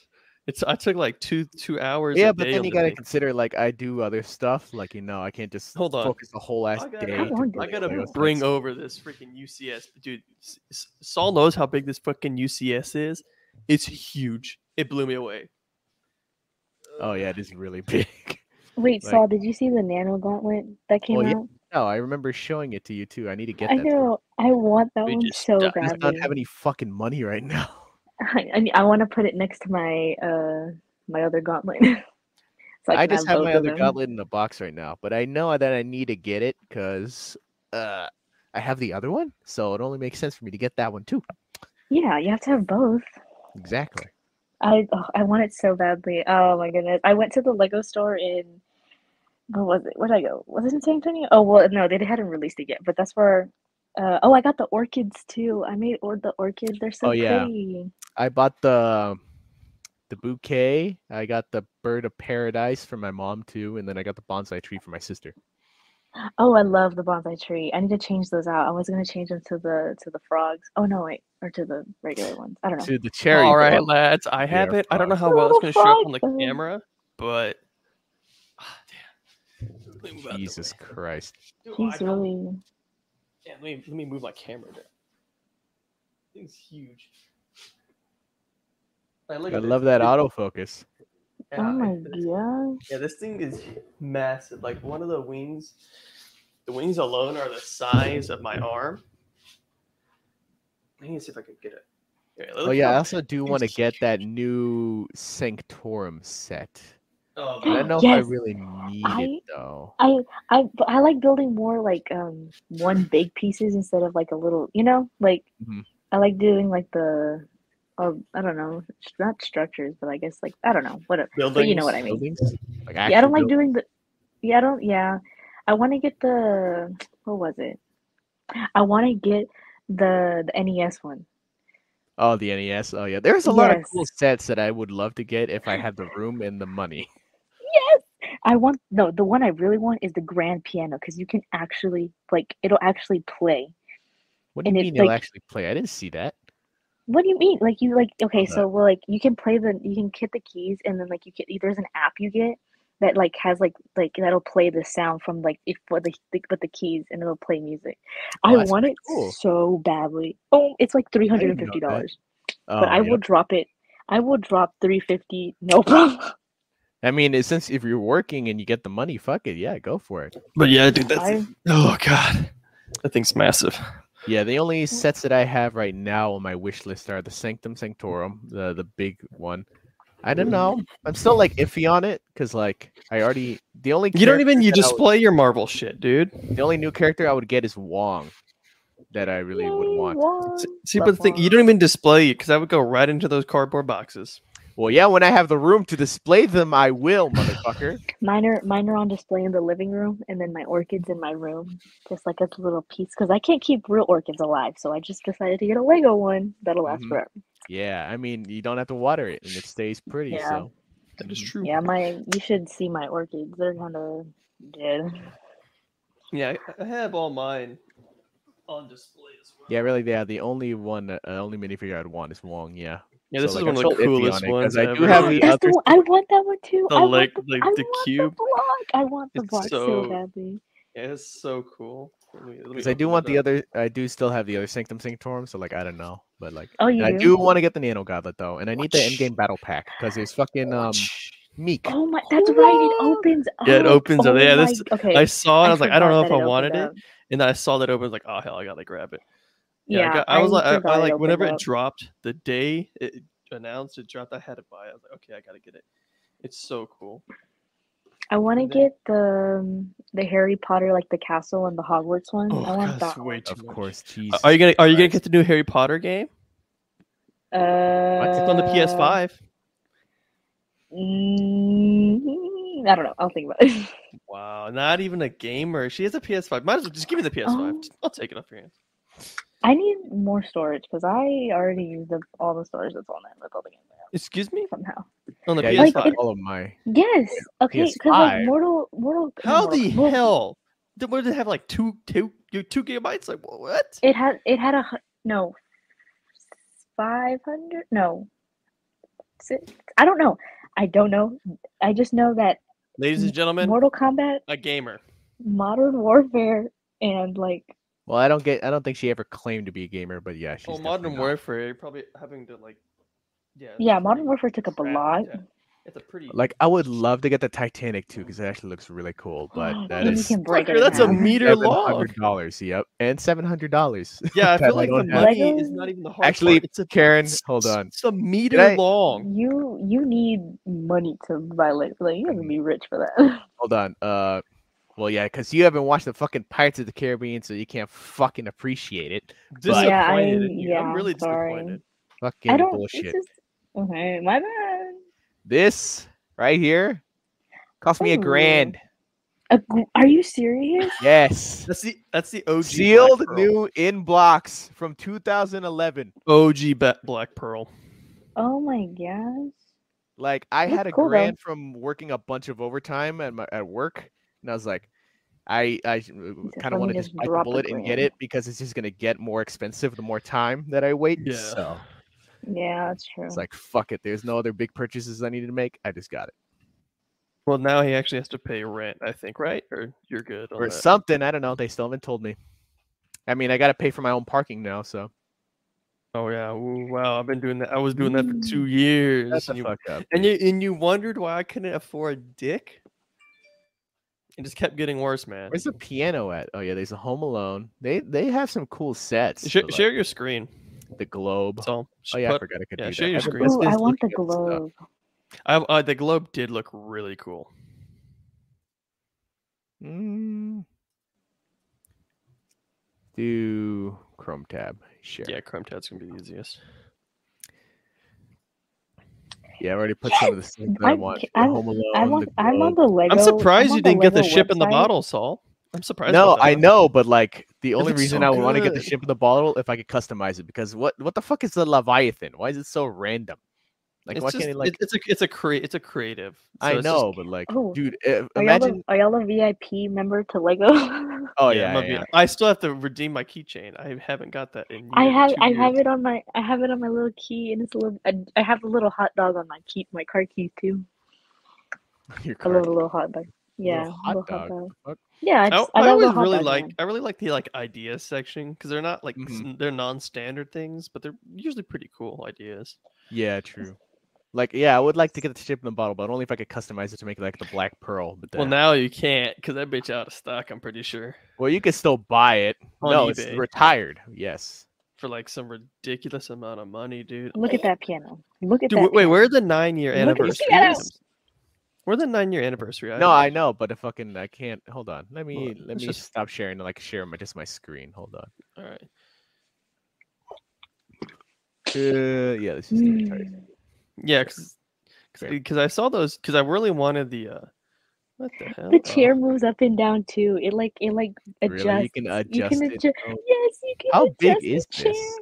It's I took like two two hours.
Yeah,
a
but
day
then
on
you
the
gotta
thing.
consider like I do other stuff. Like you know, I can't just
Hold on.
focus the whole ass
I gotta-
day.
How
to
long
building
I gotta
Lego sets.
bring over this freaking UCS, dude. S- S- Saul knows how big this fucking UCS is. It's huge. It blew me away.
Oh yeah, it is really big.
Wait,
Like-
Saul, did you see the Nano Gauntlet that came
Well, yeah.
out?
No, I remember showing it to you too. I need to get
I
that. thing.
know. I want that
We
one
just
so
don't- we just
badly.
don't have any fucking money right now.
I, I, mean, I want to put it next to my uh my other gauntlet. So
I
can
just have
both
my
of
other
them.
gauntlet in the box right now, but I know that I need to get it because uh, I have the other one, so it only makes sense for me to get that one too.
Yeah, you have to have both.
Exactly.
I oh, I want it so badly. Oh my goodness! I went to the Lego store in what was it? Where did I go? Was it in San Antonio? Oh well, no, they hadn't released it yet. But that's where. Uh, oh, I got the orchids too. I made or the orchid. They're so
Oh, yeah.
pretty.
I bought the um, the bouquet. I got the bird of paradise for my mom too, and then I got the bonsai tree for my sister.
Oh, I love the bonsai tree. I need to change those out. I was gonna change them to the to the frogs. Oh no, wait, or to the regular ones. I don't know.
To the cherry.
All right,
bro-
lads. I
They
have
are
it. I don't know how
frogs.
well it's going to show up on the
Little frog.
camera, but ah,
Jesus Christ.
He's really.
Yeah, let me let me move my camera down. It's huge. Like, look
I
at this.
love that autofocus.
Oh
Yeah,
my
this-
god.
yeah, this thing is massive. Like one of the wings, the wings alone are the size of my arm. Let me see if I can get it. Here,
Oh
look
yeah, I
how-
also do
it's
want to get that new Sanctorum set.
Oh,
I
man.
don't know if
Yes.
I really need
I-
it though.
I I but I like building more like um one big pieces instead of like a little, you know, like
Mhm.
I like doing like the um, I don't know, s- not structures, but I guess like I don't know, whatever. But you know what I mean.
Buildings? Like
Yeah, I don't
actual
like
build-
doing the Yeah, I don't yeah. I want to get the what was it? I want to get the the NES one.
Oh, the NES. Oh yeah, there's a lot of cool
Yes.
sets that I would love to get if I had the room and the money.
Yes. I want no, the one I really want is the grand piano cuz you can actually like it'll actually play.
What do
And
you
it,
mean it'll
like-
actually play? I didn't see that.
What do you mean? Like you like okay,
that.
so well like you can play the you can hit the keys and then like you can there's an app you get that like has like like that'll play the sound from like if what the like, with the keys and it'll play music.
Oh,
I
that's
want
pretty
it
cool.
so badly. Oh, it's like three hundred
didn't know
and
that.
fifty dollars.
Oh,
But I
yeah.
will drop it. I will drop three fifty. No problem.
I mean, it- since if you're working and you get the money, fuck it, yeah, go for it.
But yeah, dude, that's
I,
oh god, that thing's massive.
Yeah, the only sets that I have right now on my wish list are the Sanctum Sanctorum, the the big one. I
Mm.
don't know. I'm still like iffy on it because like I already the only
You don't
character
even you
that I would-
display your Marvel shit, dude.
the only new character I would get is Wong, that I really would
Yay,
want.
one.
See,
Love
but the thing you
one.
don't even display it because that would go right into those cardboard boxes.
Well, yeah, when I have the room to display them, I will, motherfucker.
Mine are mine are on display in the living room, and then my orchids in my room, just like as a little piece, because I can't keep real orchids alive. So I just decided to get a Lego one that'll last
Mm-hmm.
Mhm.
forever.
yeah, I mean, you don't have to water it and it stays pretty.
Yeah.
So
That is true.
Yeah, my you should see my orchids. They're kind of dead.
Yeah, I I have all mine on display as well.
yeah, really, yeah. The only one, uh, only minifigure I'd want is Wong. Yeah.
Yeah, this
So,
is
like,
one
I'm
of the
still iffy on
coolest
it, 'cause
ones.
I do
ever.
have
Oh,
the
that's
other
the one. I want that one too.
The
I
leg-
want the,
like
I
the
want
cube.
block. I want the
It's
block so,
so-
badly.
Yeah, it's so cool. Let me- let me
Because I
open
do
it
want the
up.
other, I do still have the other Sanctum Sanctorum. So like, I don't know, but like,
Oh, you
and I do
do?
want to get the Nano Goblet though, and I need the end game battle pack because there's fucking um Meek.
Oh my, that's right. It opens.
Yeah, it
up.
opens up.
Oh
Yeah,
my-
this-
Okay.
I saw it. I was like, I don't
forgot
know if
that
I
opened
wanted it,
up.
and then I saw that open. I was like, oh hell, I gotta grab it. Yeah,
Yeah,
I, got, I was like, I,
forgot
I
it
like
opened
whenever
up.
it dropped, the day it announced it dropped, I had to buy. it. I was like, okay, I gotta get it. It's so cool.
I want to
And then-
get the um, the Harry Potter like the castle and the Hogwarts one.
Oh,
I want
that's
that.
way too
Of
much.
course, cheese.
Uh, Are you gonna Are you gonna get the new Harry Potter game?
Uh,
it's on the PS5.
mm, I don't know. I'll think about it.
Wow, not even a gamer. She has a PS5. Might as well just give me the PS5.
Oh.
I'll take it off your hands.
I need more storage because I already used up all the storage that's on that with all the games I
Excuse me.
have somehow.
On the
Yeah,
Like,
you
PS5.
got all of my.
Yes. Okay. Because like
PS5.
Mortal Mortal. not
How
Mortal
the
Kombat, Mortal-
hell? Did, what did it have like two two two two gigabytes? Like wha- what?
It had it had a hu- no. Five hundred no. Six. I don't know. I don't know. I just know that
Ladies and gentlemen,
Mortal Kombat
a gamer.
Modern Warfare and like
Well, I don't get. I don't think she ever claimed to be a gamer, but yeah, she's
Well, Oh, modern
definitely not.
warfare, you're probably having to like Yeah.
Yeah, Modern Warfare took up a lot.
It's a pretty.
Like I would love to get the Titanic too because it actually looks really cool.
Oh,
But that
then you
is
can break
Fucker,
it
that's a
down.
meter long.
dollars. Yep, and seven hundred dollars.
Yeah, I
that
feel
I
like the
don't have.
money
Lego-
is not even the hard
Actually,
part. It's a,
Karen, hold
it's-
on.
It's a meter
I-
long.
You you need money to buy like like you have to
Mm-hmm.
be rich for that.
Hold on. Uh, well, yeah, because you haven't watched the fucking Pirates of the Caribbean, so you can't fucking appreciate it. But-
Disappointed.
Yeah, I-
in you.
yeah,
I'm really
sorry.
disappointed.
Fucking
I don't.
bullshit.
It's just okay. My bad.
This right here cost me a
Ooh.
grand.
A gr- are you serious?
Yes.
That's the that's the OG
Sealed
Black Pearl.
new in blocks from 2011.
OG bet Black Pearl.
Oh my gosh.
Like I
That's
had a
cool, though.
grand from working a bunch of overtime at my at work, and I was like, I I kind of
let me
want to
just
just bite the
drop a
bullet and get
grand.
it because it's just gonna get more expensive the more time that I wait.
Yeah.
So
Yeah, that's true.
it's like fuck it. There's no other big purchases I needed to make. I just got it
Well, now he actually has to pay rent, I think, right? Or you're good on
or
that.
something. I don't know. They still haven't told me. I mean, I gotta pay for my own parking now, so
Oh yeah, Ooh, wow! I've been doing that. I was doing that for two years.
Mm. that's
and,
the
you,
fuck up.
and you and you wondered why I couldn't afford dick. It just kept getting worse, man.
Where's the piano at? Oh yeah, there's a Home Alone. They they have some cool sets.
Sh-
for, like,
share your screen.
the globe.
So sh-
Oh yeah, I
put-
forgot I could
yeah,
do
share
that.
your
I've
screen.
been- that's
Ooh, I
just
want
looking
the
up stuff.
globe.
I, uh, the globe did look really cool.
Mm. Do Chrome tab. Sure.
Yeah, Chrome tab's gonna be the easiest.
Yeah, I've already put some of the stuff that I
I
want.
ca-
The
I'm-
Home Alone,
I want.
the
I'm on
Globe.
the Lego.
I'm surprised
on
you didn't get the
Lego
ship and the
website.
bottle, Saul. I'm surprised.
No,
about
I
that.
know, but like the only
looks
reason
so
I would want to get the
good.
ship in the bottle if I could customize it because what what the fuck is the Leviathan? Why is it so random? Like
it's
why
just-
can't it like
it- it's a it's a crea- it's a creative. so
I
it's just-
know, but like
Oh,
dude, uh,
Are
imagine
y'all, the, are y'all a VIP member to Lego?
Oh
I'm
yeah,
not
yeah,
being-
yeah.
I still have to redeem my keychain. I haven't got that in.
I
years,
have
two
I have
years.
it on my I have it on my little key and it's a little I, I have a little hot dog on my key my car key too.
Your
I love
card.
a little hot dog. Yeah,
Little
a
hot
little
dog. Fuck.
Yeah, I,
I,
just,
I
love a
always
hot
really
dog
like
now.
I really like the like ideas section because they're not like
Mhm.
Mm-hmm.
s- they're non-standard things, but they're usually pretty cool ideas.
Yeah, true. Like yeah, I would like to get the ship in the bottle, but only if I could customize it to make it like the Black Pearl. But then,
Well, now you can't because that bitch out of stock. I'm pretty sure
well, you can still buy it.
On
no, it's
eBay.
retired. Yes.
for like some ridiculous amount of money, dude.
Look at that piano. Look at
Dude,
that.
wait, where are the nine-year
Look at the
anniversary?
piano.
items? Where are the nine-year anniversary? items?
No, I know, but if fucking I can't. Hold on. Let me let
let's
me
just-
stop sharing. Like share my just my screen. Hold on.
All right.
Uh, yeah, this is
Mm.
retired.
Yeah, because
Fair.
I saw those because I really wanted the uh, what the hell?
The
Oh,
chair moves up and down too. It like it like adjusts.
Really, you can adjust it.
adju-
Oh,
Yes, you can.
How big
adjust the
is
chair.
this?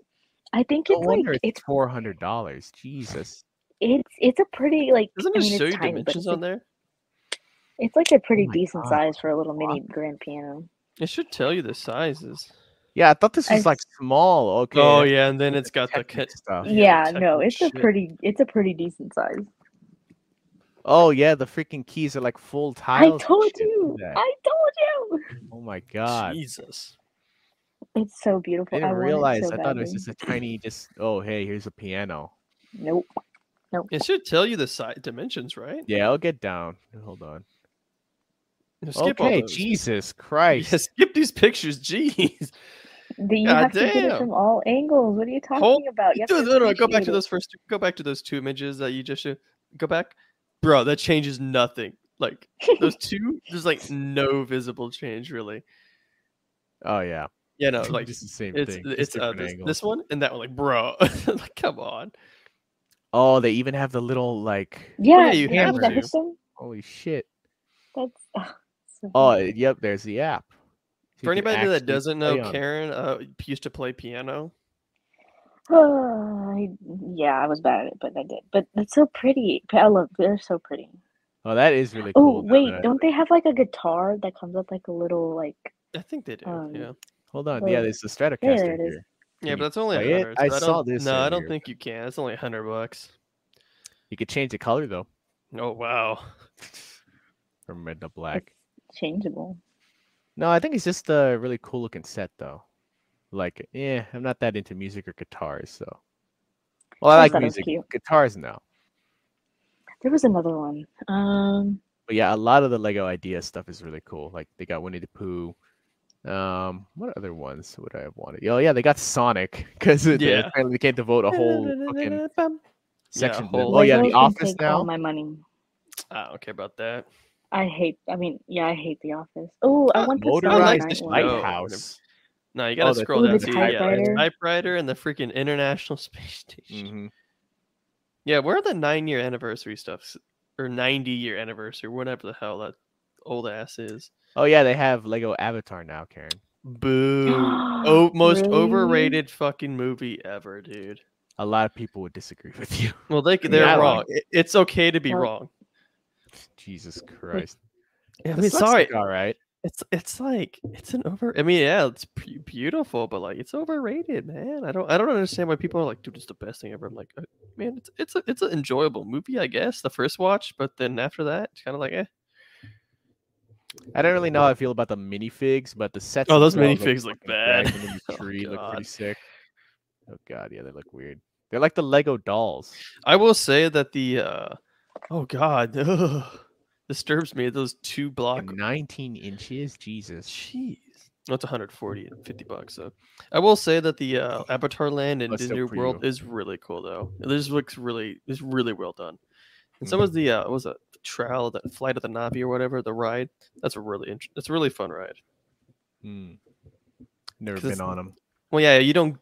I think
No
it's like
wonder it's
it's
four hundred dollars. Jesus.
it's it's a pretty like
Doesn't
I
it
mean,
show
it's
you
tiny, but
dimensions
it's
on
a-
there?
It's like a pretty
Oh my
decent
God.
size for a little
Wow.
mini grand piano.
It should tell you the sizes.
Yeah, I thought this
I
was like small. Okay.
Oh
that's
yeah, and then it's got the
Technic
kit.
stuff.
Yeah,
Yeah, no,
technical
it's
shit.
a pretty it's a pretty decent size.
Oh yeah, the freaking keys are like full
I
tiles. and
told
shit. Look
you.
at that.
I told you.
Oh my god.
Jesus.
It's so beautiful.
I didn't
want it
realize.
so
I thought it was
badly.
just a tiny. Just oh hey, here's a piano.
Nope.
It should tell you the size dimensions, right?
Yeah, I'll get down. Hold on.
No, Skip all
okay,
those.
Jesus
Yeah,
Christ.
skip these pictures, jeez.
The, you
God
have to get it
damn.
from all angles. What are you talking
Whole-
about? You have
Dude,
to
no, no, go back
Oh, appreciate
to
it.
those first. two- Go back to those two images that you just showed. Go back, bro. That changes nothing. Like those two, there's like no visible change really.
Oh yeah.
Yeah, no, like
just the same
it's
thing. just
it's uh,
different
this,
angles.
this one and that one. Like, bro, like, come on.
Oh, they even have the little like.
Yeah,
you
they have
hammer
that
you.
system.
Holy shit!
That's ah, so
Oh,
funny.
yep. There's the app. So you
For
can
anybody that
actually
doesn't
play
know,
on it.
Karen uh, used to play piano.
Ah, I- yeah, I was bad at it, but I did. But it's so pretty. But I love. They're so pretty.
Oh, that is really
Oh
cool. now
wait,
that-
don't they have like a guitar that comes up like a little like?
I think they do.
Um,
yeah.
Hold on. Yeah,
wait,
there's the
there
Stratocaster
it is.
here.
Yeah,
you
but that's only a
play it?
hundred.
I
don't-
saw this
No, I
in
don't
here.
think you can. It's only a hundred bucks.
You could change the color though,
Oh wow.
from red to black.
It's changeable.
No, I think it's just a really cool looking set though. Like, yeah, I'm not that into music or guitars, so Well, I
I
like
thought it was
music.
cute.
Guitars now.
There was another one. Um,
But yeah, a lot of the Lego idea stuff is really cool. Like they got Winnie the Pooh. Um, what other ones would I have wanted? Oh yeah, they got Sonic because
Yeah.
apparently they can't devote a whole fucking section. to them.
whole-
oh yeah, the
Legos can
Office
take
now.
All my money.
I don't care about that.
I hate. I mean, yeah, I hate the office. Oh, I
Uh,
want the
like
Motorized
Saturday night one.
light.
lighthouse.
No, you gotta
Oh, the-
scroll
Ooh,
down
the
to yeah, the
typewriter.
typewriter and the freaking International Space Station.
Mhm.
Yeah, where are the nine year anniversary stuffs or ninety year anniversary, whatever the hell that old ass is.
Oh yeah, they have Lego Avatar now, Karen.
Boo! oh, most overrated fucking movie ever, dude.
A lot of people would disagree with you.
Well, they c-
Yeah,
they're
I like-
wrong. I- It's okay to be
Well,
wrong.
Jesus Christ.
I
The
mean,
sucks
sorry,
dick, All right.
it's it's like it's an over. I mean, yeah, it's p- beautiful, but like it's overrated, man. I don't I don't understand why people are like, dude, it's the best thing ever. I'm like, uh, man, it's it's a, it's an enjoyable movie, I guess, the first watch, but then after that, it's kind of like, eh.
I don't really know how I feel about the minifigs, but the sets.
Oh, those
themselves
minifigs look
fucking
bad.
dragging in
Oh,
the tree look pretty
God.
sick. Oh god, yeah, they look weird. They're like the Lego dolls.
I will say that the uh oh god, ugh, disturbs me. Those two block
Like 19 inches, Jesus.
Jeez. No, it's 140 and 50 bucks. So I will say that the uh, Avatar Land in
Oh. That's still
Disney
pretty
World
cool.
is really cool though. This looks really is really well done. And
Mm-hmm.
so was the uh what was it the trial that flight of the Navi or whatever, the ride. That's a really int- that's a really fun ride.
Hmm. Never
'Cause
been
it's-
on them.
Well yeah, you don't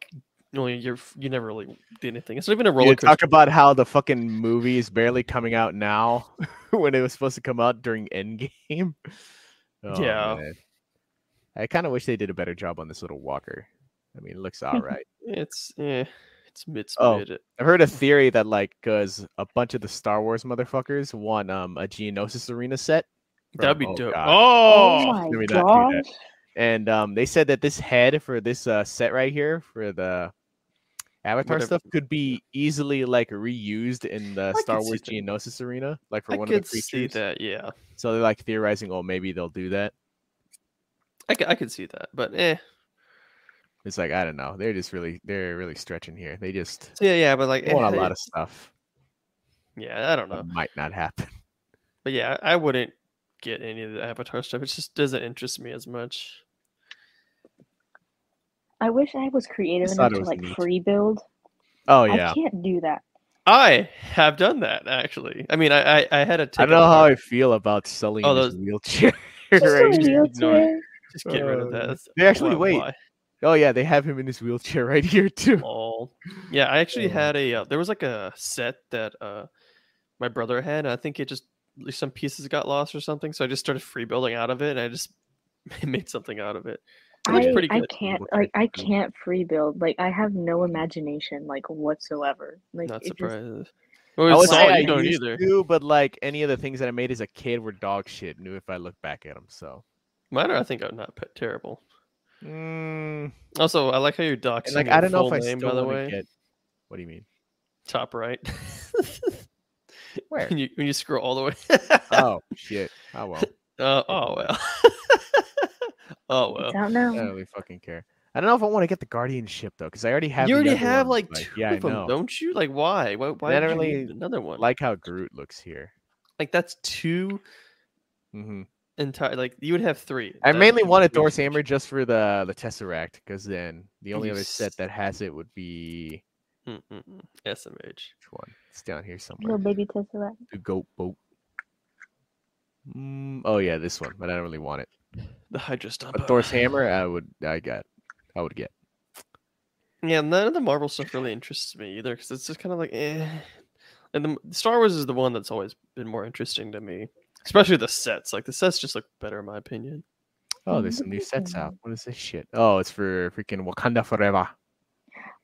well, you're you never really did anything. It's not even a roller
You
coaster.
talk about how the fucking movie is barely coming out now when it was supposed to come out during Endgame. Oh,
Yeah.
man. I kind of wish they did a better job on this little walker. I mean, it looks all right.
It's yeah, it's mid
Oh.
mid
I've heard a theory that like because a bunch of the Star Wars motherfuckers want um a Geonosis Arena set,
That'd
from-
be
oh,
dope.
God.
Oh,
let
my
me not do that.
gosh!
and um they said that this head for this uh set right here for the Avatar
Whatever.
stuff could be easily like reused in the
could
Star
see
Wars
that.
Geonosis Arena, like for
I
one
could
of the
see
creatures.
that, yeah.
So they're like theorizing, oh, maybe they'll do that.
I could, I could see that, but eh.
It's like I don't know. They're just really they're really stretching here. They just
So, yeah, yeah, uh, but like, eh,
want a lot of stuff.
yeah, I don't know.
that might not happen.
But yeah, I wouldn't get any of the Avatar stuff. It just doesn't interest me as much.
I wish I was creative
Just
enough
thought
to
it was
like
neat.
free build.
Oh yeah.
I can't do that.
I have done that actually. I mean, I I, I had a ticket.
I don't know how I feel about selling
Oh,
this
those-
wheelchair.
Just a
right
just
here.
wheel- ignore it.
wheelchair.
Just get rid of that.
Uh,
That's
they actually
why-
wait.
why?
Oh yeah, they have him in his wheelchair right here too.
Lol. Yeah, I actually had a. Uh, there was like a set that uh, my brother had. And I think it just like, some pieces got lost or something. So I just started free building out of it, and I just made something out of it. It looks
I,
pretty
I
good.
can't
Look
like I
good.
can't free build. Like I have no imagination like whatsoever. Like
Not
it just,
surprised.
I
Well,
would
it's
say
all
I
you don't
used
either.
to, but like any of the things that I made as a kid were dog shit. Knew if I look back at them, so.
Mine are, I think, are not pe- terrible.
Mm,
Also, I like how your docs.
and like I don't know if I still
by the
wanna
way,
get. What do you mean?
top right.
Where?
When you, when you scroll all the way.
Oh shit! Oh well,
Uh, oh well. oh well.
it's out
I don't
now.
really fucking care. I don't know if I want to get the guardianship though, because I already have.
you
the
already
other
have
ones,
like two
yeah, I
of them,
know.
don't you? Like why? Why? Why
don't
would you need
really
another one? Like,
Like how Groot looks here.
like that's two
hmm
entire. Like you would have three.
I
Mm-hmm. That
mainly
would
wanted
be too
Thor's
much.
hammer just for the the tesseract, because then the only
You
other set
s-
that has it would be
Mm, mm, mm. SMH.
which one? It's down here somewhere.
Little baby tesseract.
The goat boat. Mm, oh yeah, this one, but I don't really want it.
The Hydra Stomp.
But Thor's hammer, I would, I got, I would get.
Yeah, none of the Marvel stuff really interests me either because it's just kind of like, eh. And the Star Wars is the one that's always been more interesting to me, especially the sets. Like the sets just look better in my opinion.
Oh,
Oh,
there's
look
some new
at
sets out.
them.
What is this shit? Oh, it's for freaking Wakanda Forever.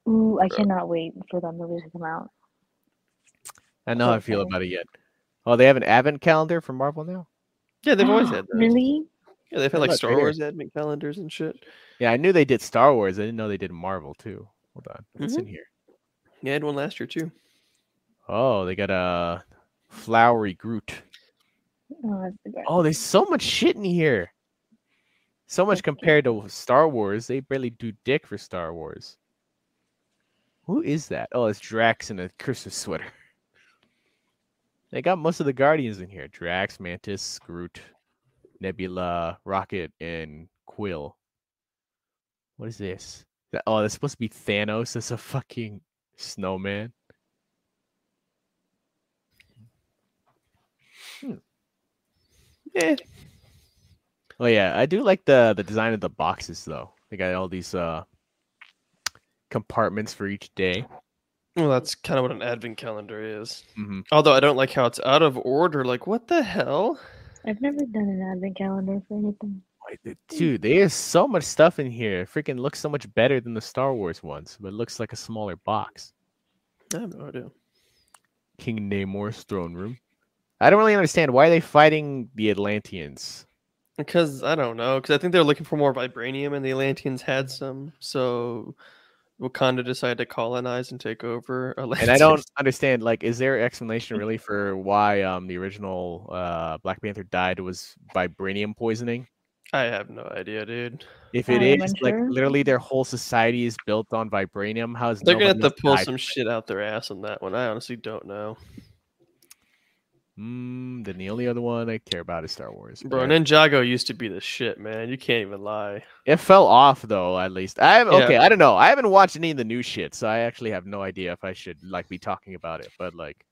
Ooh, I
Bro.
cannot wait for that movie to come out.
I know how I feel
Okay.
about it yet. Oh, they have an advent calendar for Marvel now.
Yeah, they've always had those.
really?
Yeah, they've
Yeah,
had like
look,
Star
right here.
Wars admin calendars and shit.
Yeah, I knew they did Star Wars. I didn't know they did Marvel too. Hold on, what's in here?
Yeah, I had one last year too.
Oh, they got a flowery Groot.
Oh, that's the best.
Oh, there's so much shit in here. So much compared to Star Wars. They barely do dick for Star Wars. Who is that? Oh, it's Drax in a Christmas sweater. They got most of the Guardians in here: Drax, Mantis, Groot, Nebula, Rocket, and Quill. What is this? That, oh, that's supposed to be Thanos. That's a fucking snowman.
Eh,
Oh yeah, I do like the the design of the boxes though. They got all these uh compartments for each day.
well, that's kind of what an advent calendar is.
Mhm.
Although I don't like how it's out of order. Like, what the hell?
I've never done an advent calendar for anything.
Like, the- Dude, there's so much stuff in here. It freaking looks so much better than the Star Wars ones, but it looks like a smaller box.
I have no idea.
King Namor's throne room. I don't really understand why are they fighting the Atlanteans.
Because I don't know. Because I think they're looking for more vibranium, and the Atlanteans had some. So Wakanda decided to colonize and take over. Atlantis.
And I don't understand. Like, is there an explanation really for why um the original uh Black Panther died was vibranium poisoning?
I have no idea, dude.
If it
I
is
am
like
unsure.
literally their whole society is built on vibranium, how's
They're gonna have to
nobody else
pull
died?
some shit out their ass on that one. I honestly don't know,
Mm, then the only other one I care about is Star Wars. but
bro. Ninjago used to be the shit, man. You can't even lie.
It fell off though, at least. I have
Yeah.
okay, I don't know. I haven't watched any of the new shit, so I actually have no idea if I should like be talking about it. But like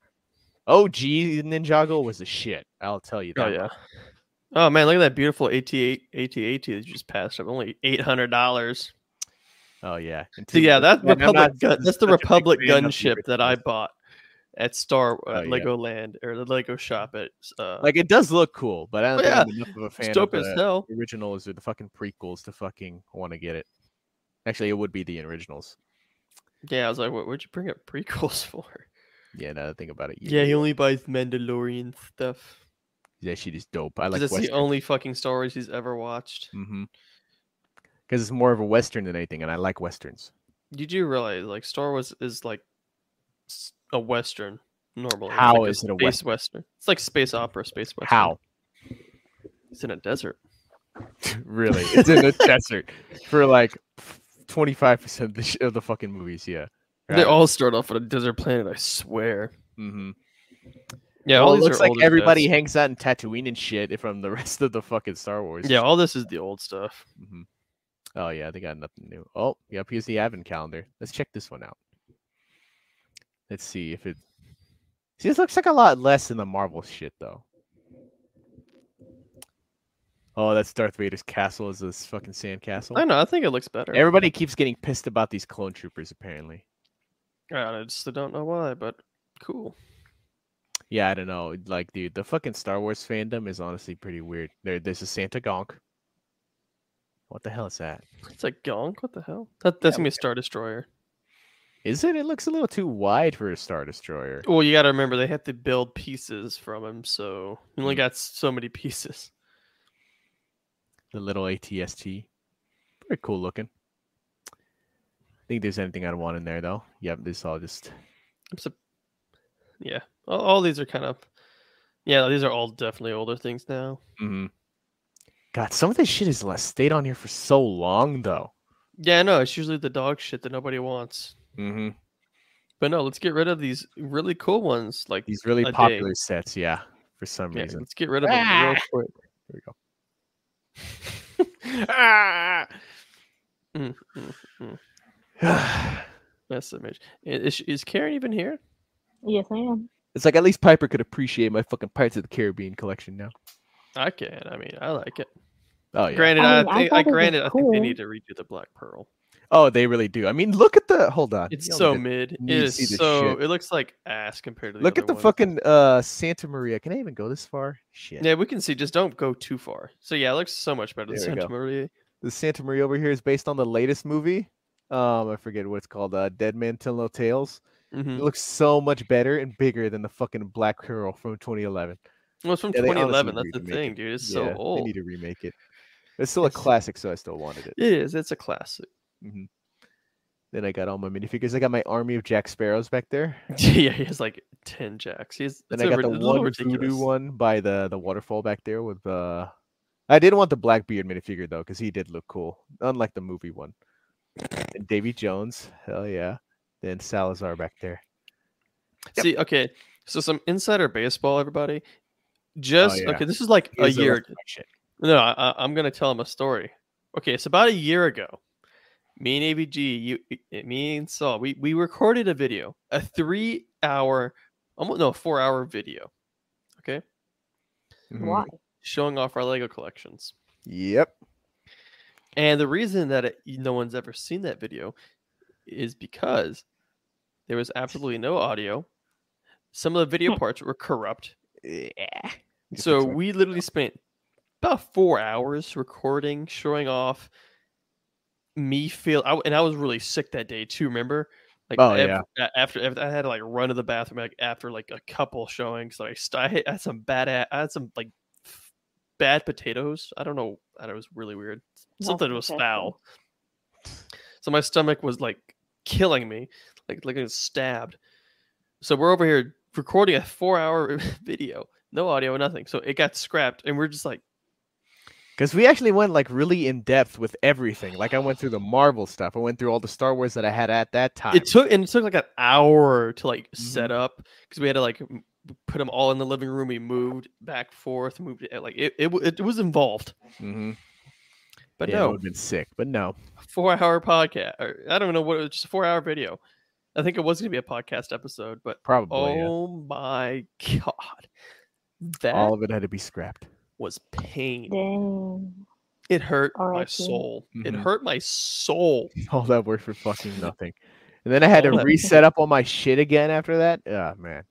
OG Ninjago was the shit. I'll tell you that.
Oh yeah.
much.
Oh man, look at that beautiful AT8 AT-AT that you just passed up. Only eight hundred dollars.
Oh yeah. And
So
to-
yeah, that
and I'm
Republic
not
gun,
such-
that's the
such a big
Republic
fan of the
gunship that I
originals.
bought at Star
Oh,
at
yeah.
Legoland or the Lego shop at uh
like it does look cool, but I don't
Oh,
think
yeah.
I'm enough of a fan
it's
of
dope as
the
hell.
originals or the fucking prequels to fucking want to get it. Actually, it would be the originals.
Yeah, I was like, what would you bring up prequels for?
Yeah, now that I think about it.
Yeah, he only buys Mandalorian stuff.
that shit is dope. I like
Because it's the
Western.
only fucking Star Wars he's ever watched.
Mm-hmm. Because it's more of a Western than anything, and I like Westerns.
You do realize like Star Wars is like s- a Western normally. It's
How
like
is it a
space Western? It's like space opera, space Western.
How?
It's in a desert.
really? It's in the desert for like 25% of the, sh- of the fucking movies. Yeah.
They all start off on a desert planet, I swear.
Mm-hmm.
Yeah,
well,
all
it
these
looks
are
like
older
everybody
Stuff.
hangs out in Tatooine and shit from the rest of the fucking Star Wars.
Yeah, all this is the old stuff.
hmm Oh yeah, they got nothing new. Oh, yep, here's the advent calendar. Let's check this one out. Let's see if it. See, this looks like a lot less than the Marvel shit though. Oh, that's Darth Vader's castle. Is this fucking sand castle?
I don't know. I think it looks better.
Everybody keeps getting pissed about these clone troopers. Apparently,
I just don't know why, but cool.
yeah, I don't know. Like, dude, the fucking Star Wars fandom is honestly pretty weird. There, there's a Santa Gonk. What the hell is that?
It's like gonk. What the hell? That, that's gonna be a star destroyer.
Is it? It looks a little too wide for a Star Destroyer.
Well, you got to remember they have to build pieces from him, so you only got so many pieces.
the little ATST. Pretty cool looking. Think there's anything I'd want in there though. Yep, this all just
I'm sup- yeah, all, all these are kind of yeah. These are all definitely older things now.
Mhm. God, some of this shit has less stayed on here for so long though.
Yeah, no, it's usually the dog shit that nobody wants.
Mm-hmm.
But no, let's get rid of these really cool ones. Like
These really
A dig.
popular sets, yeah, for some
yeah,
reason.
let's get rid of them real quick.
Here we go.
Ah!
Mm, mm, That's the image. I- Is, is Karen even here?
Yes, I am.
it's like at least Piper could appreciate my fucking Pirates of the Caribbean collection now.
I can. I mean, I like it.
Oh yeah.
Granted,
I
I,
mean, I
think,
thought
I
it was
granted, I think they
cool.
need to redo the Black Pearl.
oh, they really do. I mean, look at the hold on.
It's
you only
so
did-
mid. It
need to see
is
this
so.
shit.
It looks like ass compared to the.
Look at
other
the
ones.
fucking uh Santa Maria. Can I even go this far? Shit.
Yeah, we can see. Just don't go too far. So yeah, it looks so much better than
There we
Santa
go.
Maria.
the Santa Maria over here is based on the latest movie. Um, I forget what it's called. Uh, Dead Man Tell No Tales.
Mhm.
It looks so much better and bigger than the fucking Black Pearl from 2011.
Well, it's from
Yeah, they honestly
2011. That's
need
the
to make
thing,
it-
dude. It's
Yeah,
so old.
They need to remake it. It's still a classic, so I still wanted it.
It is. It's a classic.
Then I got all my minifigures. I got my army of Jack Sparrows back there.
yeah, he has like ten jacks. He's.
Then
it's
I
a
got
rid-
the
a little
one voodoo
ridiculous.
one by the the waterfall back there with uh I did want the Blackbeard minifigure though, because he did look cool, unlike the movie one. And Davy Jones, hell yeah. than Salazar back there.
See, okay, so some insider baseball, everybody. Just
yeah.
okay, this Oh, is like a
Here's the
year.
rest of my shit.
No, I, I- I'm gonna tell him a story. Okay, it's about a year ago. Me and AVG, you, it- me and Saul, we we recorded a video, a three hour, almost no, four hour video. Okay,
Hmm.
Mm-hmm.
Why?
showing off our Lego collections.
Yep.
And the reason that it, no one's ever seen that video is because there was absolutely no audio. Some of the video parts were corrupt. So we literally spent about four hours recording, showing off me feel. I, and I was really sick that day too. Remember? Like
Oh,
af-
yeah.
a- after, after I had to like run to the bathroom like after like a couple showings, like st- I had I had some bad a- I had some like f- bad potatoes. I don't know. I don't- It was really weird. Something was
potatoes.
foul. So my stomach was like killing me, like like it was stabbed. So we're over here recording a four-hour video, no audio, nothing. So it got scrapped, and we're just like,
Because we actually went like really in depth with everything. Like I went through the Marvel stuff. I went through all the Star Wars that I had at that time.
it took and it took like an hour to like set up because we had to like m- put them all in the living room. We moved back forth, moved it, like it, it w- it was involved.
mm-hmm.
But
yeah, it
no,
would have been sick. But no,
four-hour podcast. Or I don't know what it was, just a four-hour video. I think it was going to be a podcast episode, but
probably uh, yeah.
oh my god, that
all of it had to be scrapped.
was pain.
Dang.
It hurt my
R.I.P..
soul. It
Mhm.
hurt my soul.
All that work for fucking nothing. And then I had to
All that-
reset up all my shit again after that. Oh man.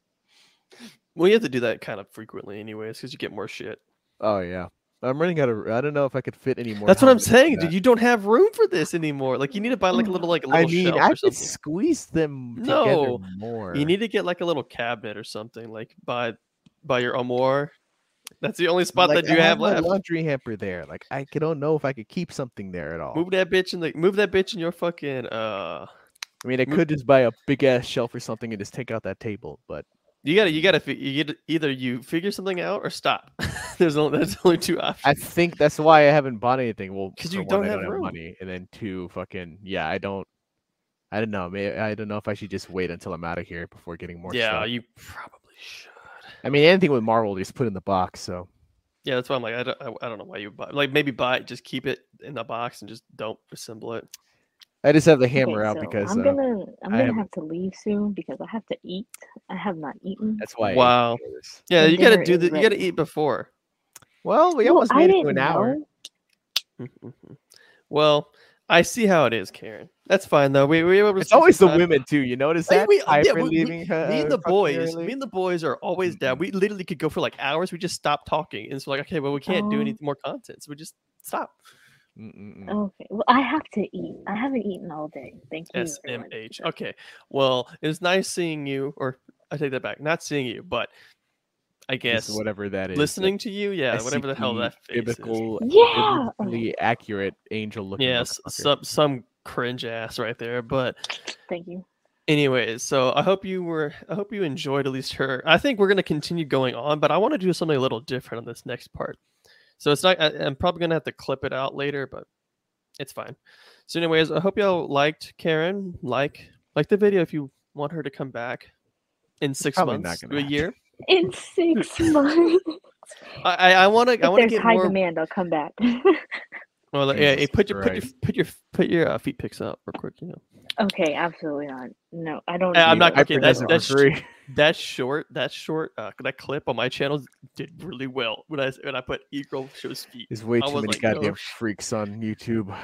Well, you have to do that kind of frequently, anyways, because you get more shit.
Oh yeah. I'm running out of. I don't know if I could fit any more.
That's what I'm
comments into
saying,
that.
dude. You don't have room for this anymore. Like, you need to buy like a little like a little
I mean,
shelf
I
or
could
something.
squeeze them
No,
together more.
You need to get like a little cabinet or something, like by by your amour. That's the only spot
Like,
that you
I
have
my
left.
laundry hamper there. Like I c- don't know if I could keep something there at all.
Move that bitch in the move that bitch in your fucking uh.
I mean, I
move-
could just buy a big ass shelf or something and just take out that table. But
You gotta you gotta fi- you get, either you figure something out or stop. there's only there's only two
I
options.
think that's why I haven't bought anything. Well,
'Cause
for
you
one,
don't
I
have room.
money, and then two, fucking yeah, I don't. I don't know. Maybe I don't know if I should just wait until I'm out of here before getting more.
yeah,
stuff.
you probably should.
I mean, anything with Marvel, just put in the box. So
Yeah, that's why I'm like I don't I, I don't know why you would buy like maybe buy it, just keep it in the box and just don't assemble it.
I just have the
Okay,
hammer out
so
because
I'm
uh,
gonna I'm
I
gonna
am-
have to leave soon because I have to eat. I have not eaten.
that's why. I ate
Wow.
before this.
Yeah,
And
you gotta
dinner
do
is
that. You gotta
ready.
eat before.
Well, we
No,
almost
I
made it to
didn't
an hour.
know.
Mm-hmm. well, I see how it is, Karen. That's fine though. We we were able to
It's
spend
always the
some time-
women too. You notice
Hey,
that?
we- yeah,
Piper
we- we-
leaving her-
Me
her
and the
fucking
boys,
early. Mm-hmm.
me and the boys are always down. We literally could go for like hours. We just stop talking. And it's like, okay, well, we can't do
Oh.
any more content, so we just stop.
Mm-mm-mm.
Okay. Well, I have to eat. I haven't eaten all day. Thank you. everyone.
SMH. Okay. Well, it was nice seeing you, or I take that back, not seeing you, but I
Just
guess
whatever that is.
listening to you, yeah, whatever the hell
SCP
that face is.
biblical, uh,
Yeah.
biblically accurate angel looking.
Yes,
motherfucker.
some some cringe ass right there, but
Thank you.
anyways so i hope you were i hope you enjoyed at least her i think we're going to continue going on but i want to do something a little different on this next part so it's not I, i'm probably going to have to clip it out later but it's fine so anyways i hope y'all liked karen like like the video if you want her to come back in six
probably not
months
gonna
to a
happen.
year
In six months.
i i want to i
if
want to
there's
get
high
more
demand, I'll come back.
well, yeah,
Jesus
hey, put your put your
Christ.
put your put your uh, feet pics up real quick you know
okay, absolutely not. No, I don't.
Hey, I'm
need
not
that.
okay,
Piper
that's-
does it for
that's-
free.
that short that short uh, that clip on my channel did really well when i when i put eagle shows feet
There's way
I
too
was
many
like, no
goddamn
sh-
freaks on YouTube.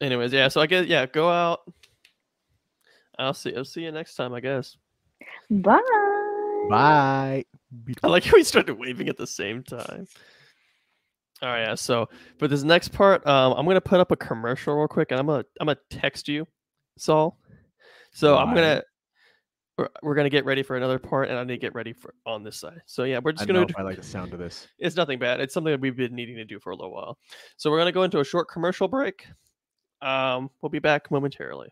anyways yeah so i guess yeah go out i'll see i'll see you next time i guess
Bye.
Bye.
i like how we started waving at the same time all right yeah so for this next part um i'm gonna put up a commercial real quick and i'm gonna i'm gonna text you saul so i'm
Why?
gonna we're, we're gonna get ready for another part and i need to get ready for on this side so yeah we're
I
just
don't know
gonna
if I like the sound of this.
it's nothing bad. It's something that we've been needing to do for a little while. So we're gonna go into a short commercial break. Um, we'll be back momentarily.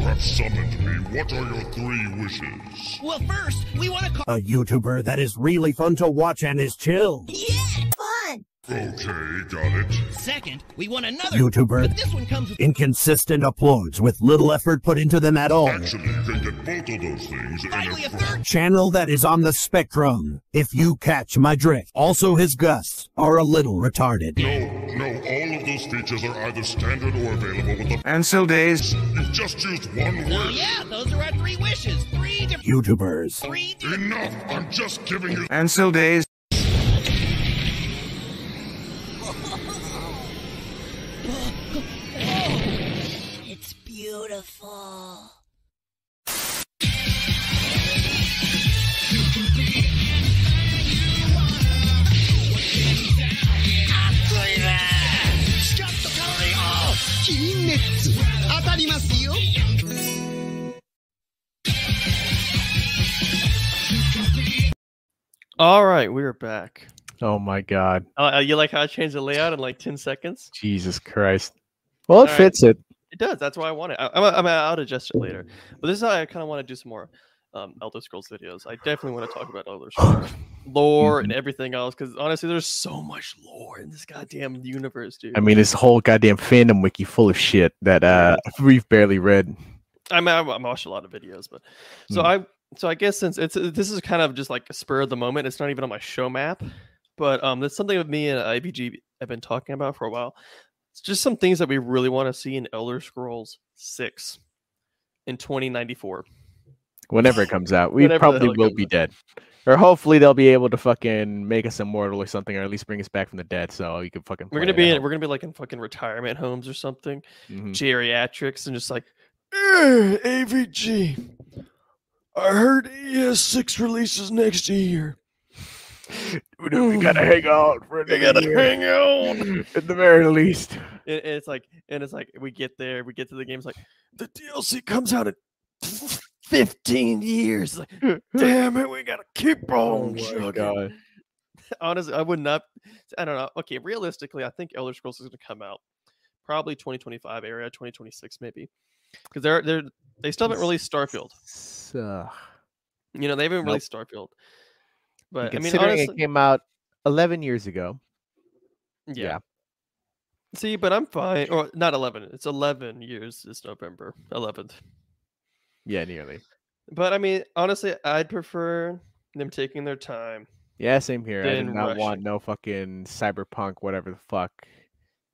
have summoned me. What are your three wishes?
Well, first, we want to call.
A YouTuber that is really fun to watch and is chill.
Yeah, fun!
Okay, got it.
Second, we want another.
YouTuber
But this one comes with.
inconsistent uploads with little effort put into them
Oh.
at all.
Actually, you can get both of those things
Finally, a
in a
third.
Channel that is on the spectrum. If you catch my drift, also his gusts are a little retarded.
No, no, all of those features are either standard or available with the.
Ansel days.
You just used one word.
Oh, yeah, those are our three wishes. Three different.
YouTubers.
Three
Enough! I'm just giving you.
Ansel days.
It's beautiful.
All right, we're back.
Oh my god.
Uh, uh, you like how I changed the layout in like ten seconds?
Jesus Christ. Well,
All
it
right.
fits it.
It does. That's why I want it. I, I'm, I'm, I'll adjust it later. But this is how I kind of want to do some more um, Elder Scrolls videos. I definitely want to talk about Elder Scrolls lore and everything else because honestly, there's so much lore in this goddamn universe, dude.
I mean, this whole goddamn fandom wiki full of shit that uh we've barely read.
I mean, I, I watch a lot of videos, but so I so I guess since it's this is kind of just like a spur of the moment. It's not even on my show map, but um, that's something that me and IBG have been talking about for a while. It's just some things that we really want to see in Elder Scrolls Six in 2094.
Whenever it comes out, we
Whenever the
probably
hell it
will
comes
be dead. Or hopefully they'll be able to fucking make us immortal or something, or at least bring us back from the dead so you can fucking
We're
play
gonna
it
be
out.
in, we're gonna be like in fucking retirement homes or something,
Mhm.
geriatrics, and just like
"Eh, AVG. I heard
E
ES6 releases next year.
We gotta hang out for
We gotta hang out.
at the very least.
and, and it's like and it's like we get there, we get to the game, it's like
The DLC comes out in 15 years. Like, damn it, we gotta keep
Oh
on chugging.
honestly, I would not. I don't know. Okay, realistically, I think Elder Scrolls is going to come out probably 2025 area, 2026 maybe, because they're they're they still haven't released Starfield.
So,
You know, they haven't
Nope.
released Starfield. But I mean,
considering
honestly,
it came out 11 years ago.
yeah. See, but I'm fine. Or not 11. It's 11 years this November 11th.
Yeah, nearly.
But I mean, honestly, I'd prefer them taking their time.
Yeah, same here. I did
Then
not
rush
want no fucking cyberpunk, whatever the fuck,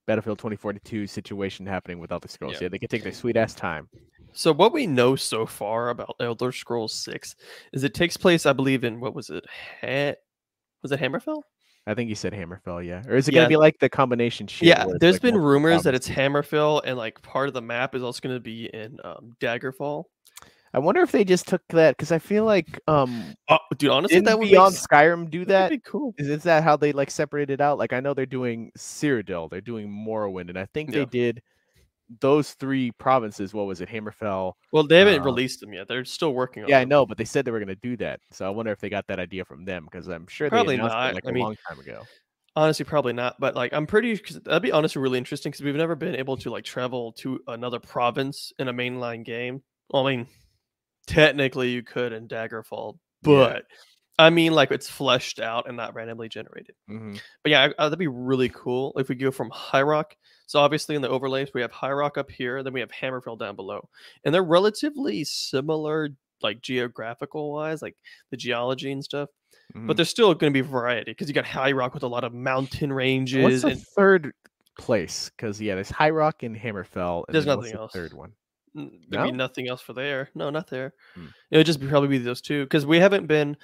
Battlefield 2042 situation happening with Elder Scrolls.
Yeah.
Yeah, they can take their sweet ass time.
So what we know so far about Elder Scrolls 6 is it takes place, I believe, in what was it? Ha- was it Hammerfell?
I think you said Hammerfell, yeah. Or is it
Yeah.
gonna be like the combination shit?
yeah,
where it's
there's
like
been
multiple
rumors that
properties?
it's Hammerfell, and like part of the map is also going to be in um, Daggerfall.
I wonder if they just took that because I feel like um
Oh, dude, honestly,
didn't
that would be
Beyond Skyrim do that?
be cool.
Is, is that how they like separated out? Like I know they're doing Cyrodiil, they're doing Morrowind, and I think
Yeah.
they did those three provinces. What was it, Hammerfell?
Well, they haven't
uh,
released them yet. They're still working on
Yeah, I
them.
know, but they said they were going to do that. So I wonder if they got that idea from them because I'm sure
Probably
they announced
not,
it like
I
a
mean,
long time ago.
Honestly, probably not. But like, I'm pretty. Cause that'd be honestly really interesting because we've never been able to like travel to another province in a mainline game. Well, I mean, technically you could in Daggerfall, but I mean, like it's fleshed out and not randomly generated.
Mhm.
But yeah, I- I- that'd be really cool if we go from High Rock. So obviously in the overlays we have High Rock up here, then we have Hammerfell down below, and they're relatively similar, like geographical wise, like the geology and stuff.
Mhm.
But there's still going to be variety because you got High Rock with a lot of mountain
And What's
ranges,
the
and
third place? Because yeah, there's High Rock and Hammerfell. And
There's
then what's
nothing
the
else.
Third one.
n- there'd be
No? Hmm.
nothing else for there. No, not there. It would just be, probably be those two because we haven't been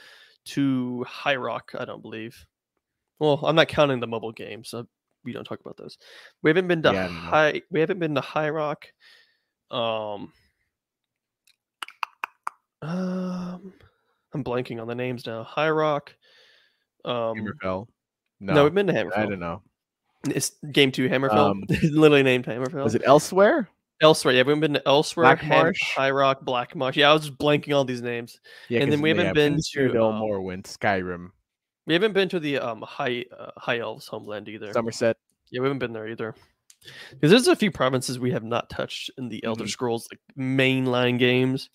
to High Rock, I don't believe. Well, I'm not counting the mobile games. So we don't talk about those. We haven't been to
Yeah, I don't know.
High. We haven't been to High Rock. Um, um, I'm blanking on the names now. High Rock. Um,
Hammerfell.
no, we've been to
I
Hammerfell.
don't know.
It's game two Hammerfell.
Um,
It's literally named Hammerfell.
Was it elsewhere?
Elsewhere, yeah, we haven't been to Elsewhere,
Black
Ham-
Marsh?
High Rock, Black Marsh. Yeah, I was just blanking on these names.
Yeah,
and
'cause
then we
they
haven't
have
been
Cyrodiil,
to um,
Morrowind, Skyrim,
we haven't been to the um high uh, high elves homeland either.
Somerset.
Yeah, we haven't been there either. Because there's a few provinces we have not touched in the
Mm-hmm.
Elder Scrolls like mainline games.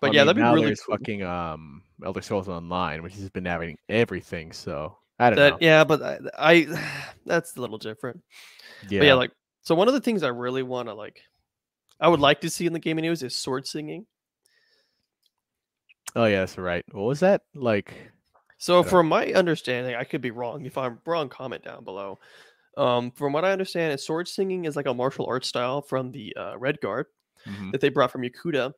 But
I
yeah,
mean,
that'd be
now
really
there's fucking um Elder Scrolls Online, which has been having everything. So I don't
that,
know.
Yeah, but I, I that's a little different. But
Yeah.
yeah, like so one of the things I really want to like I would like to see in the gaming news is sword singing.
Oh yeah, that's right. What was that like?
So from my understanding, I could be wrong. If I'm wrong, comment down below. Um, from what I understand, is sword singing is like a martial arts style from the uh, Red Guard
Mhm.
that they brought from Yakuta.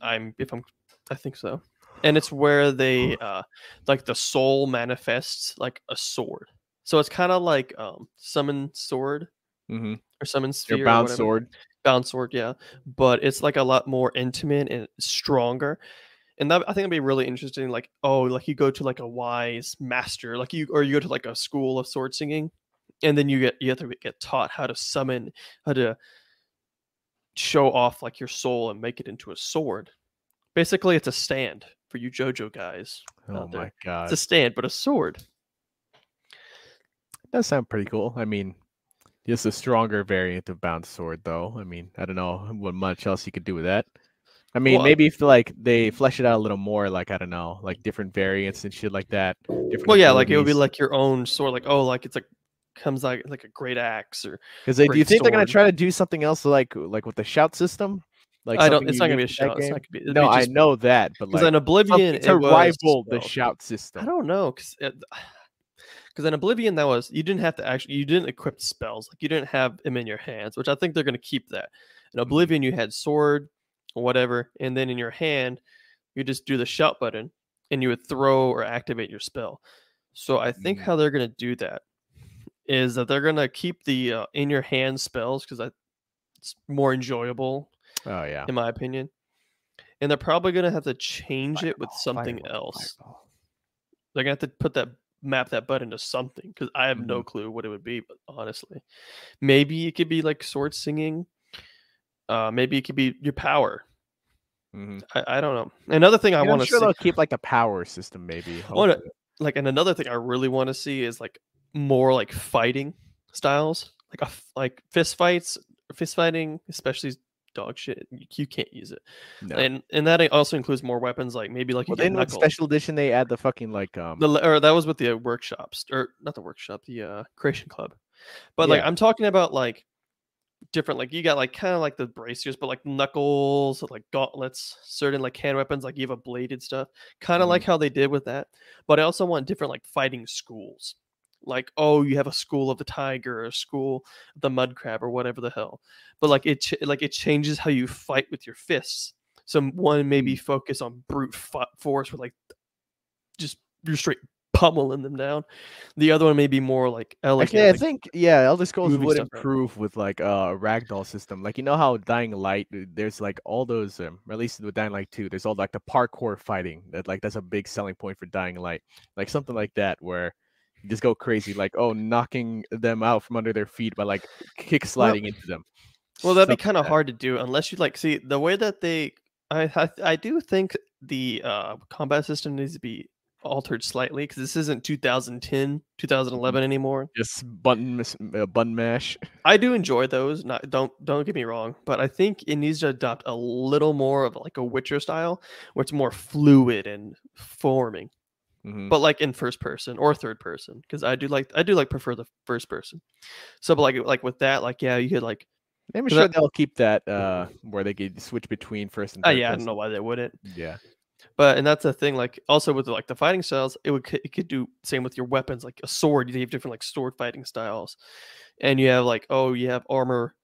I'm if I'm I think so. And it's where they uh, like the soul manifests like a sword. So it's kind of like um, summon sword
Mm-hmm.
or summon sphere. or
bound
whatever.
sword.
Bound sword, yeah. But it's like a lot more intimate and stronger. And that, I think it'd be really interesting. Like, oh, like you go to like a wise master, like you, or you go to like a school of sword singing, and then you get you have to get taught how to summon, how to show off like your soul and make it into a sword. Basically, it's a stand for you JoJo guys.
Oh
out there.
my god,
It's a stand, but a sword.
does sound pretty cool. I mean, just a stronger variant of bound sword, though. I mean, I don't know what much else you could do with that. I mean,
Well, I-
maybe if like they flesh it out a little more, like I don't know, like different variants and shit like that. different
Well, yeah, like it would be
abilities.
like your own sword, like oh, like it's like comes like like a great axe or
Because do
great
you think they're gonna
sword.
try to do something else, like like with the shout system? Like
I don't-
something
it's
you
not gonna
use
be a
for that
shout, it's not
game?
gonna be- it'd
no,
be
I
just-
know that, but
'cause
like
in Oblivion,
something to
it was
rival the
spelled.
shout system.
I don't know because because in Oblivion that was you didn't have to actually you didn't equip spells like you didn't have them in your hands, which I think they're going to keep that.
Mm-hmm.
In Oblivion, you had sword or whatever, and then in your hand, you just do the shout button and you would throw or activate your spell. So I think
Mm.
how they're going to do that is that they're going to keep the uh, in your hand spells because it's more enjoyable
Oh yeah.
in my opinion. And they're probably gonna have to change it with something else. They're gonna have to put that map that butt into something because I have
Mm-hmm.
no clue what it would be. But honestly, maybe it could be like sword singing. Uh, maybe it could be your power. I, I don't Mm-hmm. know. Another thing I
And I'm
want to
sure
see,
they'll keep like the power system, maybe.
I wanna,
hopefully.
like, and another thing I really want to see is like more like fighting styles, like a, f- like fist fights, fist fighting, especially is dog shit. You, you can't use it,
No.
and and that also includes more weapons, like maybe like you
Well,
get
then with
knuckles.
special edition, they add the fucking like um.
the le- or that was with the uh, workshops or not the workshop the uh creation club but like
Yeah.
i'm talking about like different like you got like kind of like the bracers but like knuckles like gauntlets certain like hand weapons like you have a bladed stuff kind of
Mm-hmm.
like how they did with that but i also want different like fighting schools like oh you have a school of the tiger or a school of the mud crab or whatever the hell but like it ch- like it changes how you fight with your fists so one
Mm.
maybe focus on brute fo- force with like just you're straight pummeling them down. The other one may be more like elegant.
Actually, I
like-
think yeah, Elder Scrolls
moving
would
stuff around.
improve with like uh, a ragdoll system. Like you know how Dying Light, uh, there's like all those, um, or at least with Dying Light two, there's all like the parkour fighting. That like that's a big selling point for Dying Light. Like something like that where you just go crazy, like oh, knocking them out from under their feet by like kick sliding into them.
well, that'd be
Stuff
kind of hard to do unless you like see the way that they. I I, I do think the uh, combat system needs to be altered slightly because this isn't 2010
Mm-hmm.
2011 anymore
Just button mis- uh, button mash.
i do enjoy those not don't don't get me wrong but i think it needs to adopt a little more of like a witcher style where it's more fluid and forming
Mhm.
but like in first person or third person because i do like i do like prefer the first person so but like like with that like yeah you could like
I'm
'cause
sure
I-
they'll keep that uh, where they could switch between first and
oh
third
yeah i don't
person.
know why they wouldn't
Yeah.
but and that's the thing like also with like the fighting styles it would c- it could do same with your weapons like a sword you have different like sword fighting styles and you have like oh you have armor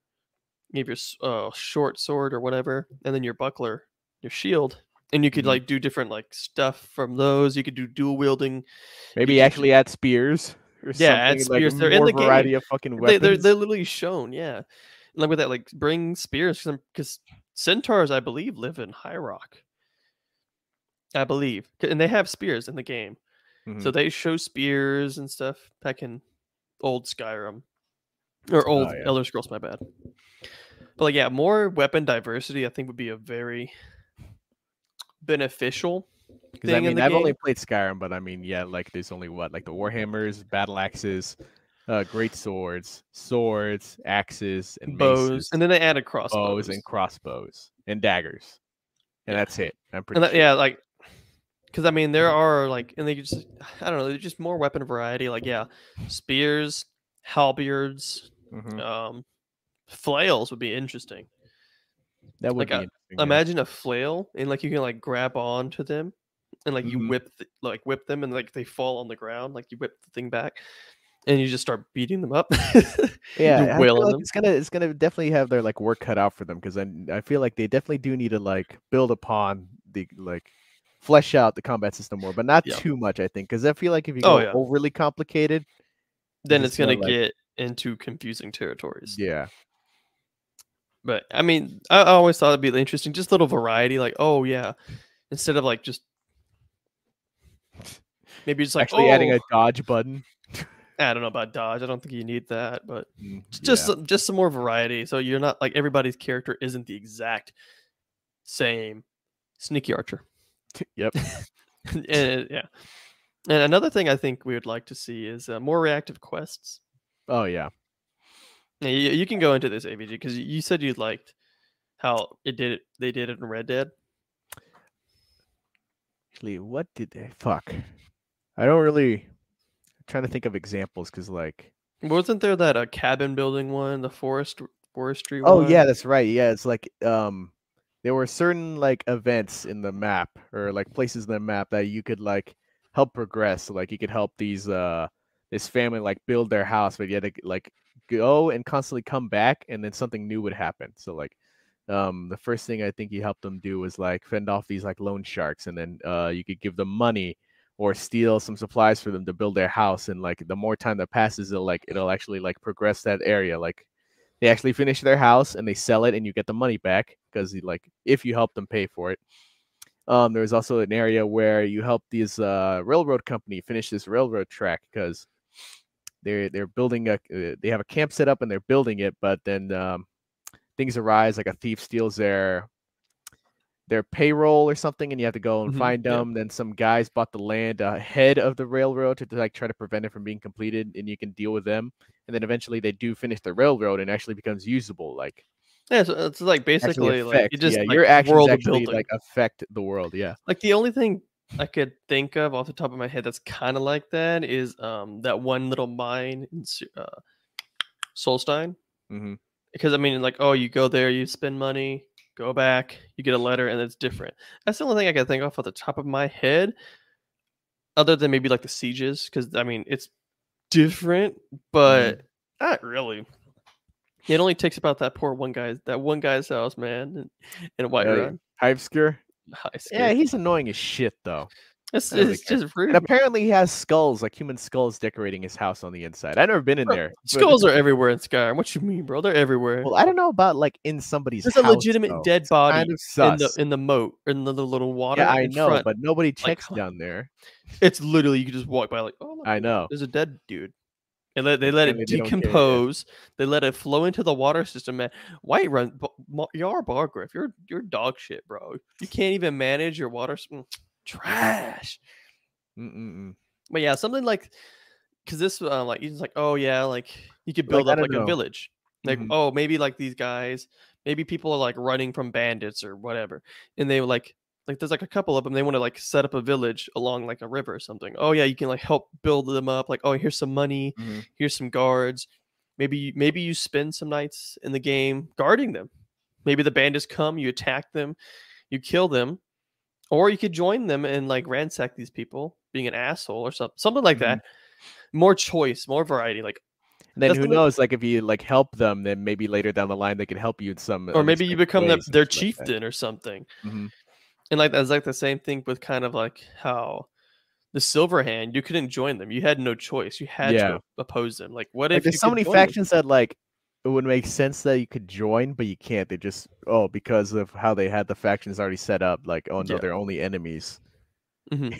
you have your s- uh, short sword or whatever and then your buckler your shield and you could
Mhm.
like do different like stuff from those you could do dual wielding
Maybe actually add spears or
yeah, add
something, like,
spears. they're in
more
the game.
variety of fucking
They, they're,
weapons.
they're literally shown, yeah. Like with that, like bring spears because centaurs, I believe, live in High Rock. I believe, 'Cause- and they have spears in the game, so
Mhm.
they show spears and stuff back in old Skyrim or
Oh,
old
yeah.
Elder Scrolls. My bad. But like, yeah, more weapon diversity, I think, would be a very beneficial.
Because I
thing in
mean,
the
I've
game.
only played Skyrim, but I mean, yeah, like there's only what, like the warhammers, battle axes, Uh, great swords, swords, axes, and
Bows,
maces,
and then they added crossbows.
bows and crossbows and daggers, and that's it. I'm pretty
And that,
sure.
yeah, like, because I mean, there are like, and they just, I don't know, there's just more weapon variety. Like, yeah, spears, halberds,
Mm-hmm. Hmm.
um, flails would be interesting.
That
like,
would be
uh,
interesting, yeah.
imagine a flail and like you can like grab on to them, and like
Mm-hmm.
you whip th- like whip them and like they fall on the ground. Like you whip the thing back, and you just start beating them up.
yeah, I
You're
feel
wailing
like
them.
it's gonna it's gonna definitely have their like work cut out for them because I I feel like they definitely do need to like build upon the like flesh out the combat system more, but not
Yeah.
too much. I think because I feel like if you go
Oh, yeah.
overly complicated,
Then
it's
it's gonna
not, like-
get into confusing territories.
yeah,
But I mean, I, I always thought it'd be interesting, just little variety. Like, oh yeah, instead of like just maybe just like
actually adding a
"Oh,"
dodge button.
I don't know about dodge. I don't think you need that, but j- just some- just some more variety. So you're not like everybody's character isn't the exact same sneaky archer.
Yep.
and, yeah. And another thing I think we would like to see is uh, more reactive quests.
Oh yeah.
Yeah, you, you can go into this AVG because you said you liked how it did it. They did it in Red Dead.
Actually, what did they fuck? I don't really. I'm trying to think of examples because like
Wasn't there that a cabin building one, the forest forestry?
Oh
one?
yeah, that's right. Yeah, it's like um there were certain like events in the map or like places in the map that you could like help progress. So, like you could help these uh this family like build their house, but you had to like go and constantly come back and then something new would happen. So like um the first thing I think you helped them do was like fend off these like loan sharks and then uh you could give them money or steal some supplies for them to build their house and like the more time that passes it'll like it'll actually like progress that area like they actually finish their house and they sell it and you get the money back because like if you help them pay for it um there's also an area where you help these uh railroad company finish this railroad track because they're they're building a uh, they have a camp set up and they're building it but then um things arise like a thief steals their their payroll or something and you have to go and
Mhm,
Mm-hmm,
find
yeah.
them then some guys bought the land ahead of the railroad to, to, like try to prevent it from being completed and you can deal with them and then eventually they do finish the railroad and actually becomes usable like
yeah. So it's like
actually
basically like
affect-
you just
yeah,
like,
your actions
world
actually
building.
like affect the world yeah
Like the only thing I could think of off the top of my head that's kind of like that is um that one little mine in Sy- uh, Solstein.
Mhm.
Because I mean, like, oh, you go there, you spend money, go back, you get a letter, and it's different. That's the only thing I can think of off the top of my head, other than maybe like the sieges. Because I mean, it's different, but not really. It only takes about that poor one guy's that one guy's house, man, in, in White
Uh, Hiveskir? yeah
Hiveskir.
he's annoying as shit though
It's-
I don't
it's
really care.
just rude,
And apparently he has skulls like human skulls decorating his house on the inside i've never been in
Bro,
there but-
Skulls are everywhere in Skyrim. What you mean, bro? They're everywhere.
well i don't know about like in somebody's
There's a
house,
legitimate
though.
dead
It's kind
body
of
in the
sus.
in the moat or in the little- little water.
yeah i
in
know
front.
but nobody
Like,
checks
come on.
down there
It's literally you can just walk by like, oh, look,
i know
there's a dead dude. And let, they let
And
it
they don't care, yeah.
decompose. They let it flow into the water system. Man, White Run, b- mo- Yar Bargriff, you're you're dog shit, bro. You can't even manage your water. s- mm, Trash.
Mm-mm-mm.
But yeah, something like because this uh, like you just like oh yeah like you could build
I
up
don't
like a
know.
village like
Mhm.
oh maybe like these guys maybe people are like running from bandits or whatever and they like like there's like a couple of them they want to like set up a village along like a river or something oh yeah you can like help build them up like oh here's some money
Mhm.
here's some guards maybe you- maybe you spend some nights in the game guarding them maybe the bandits come you attack them you kill them or you could join them and like ransack these people being an asshole or something something like that more choice more variety like
and then
that's
who
the way-
knows like if you like help them then maybe later down the line they could help you in some
or maybe you become the,
their
their chieftain or something
Mhm.
and like that's like the same thing with kind of like how the silver hand you couldn't join them you had no choice you had
Yeah.
to oppose them like what
like,
if
there's
you
so
could
many
join them?
factions that like it would make sense that you could join, but you can't. They just oh because of how they had the factions already set up. Like oh no,
Yeah.
they're only enemies.
Mhm.
They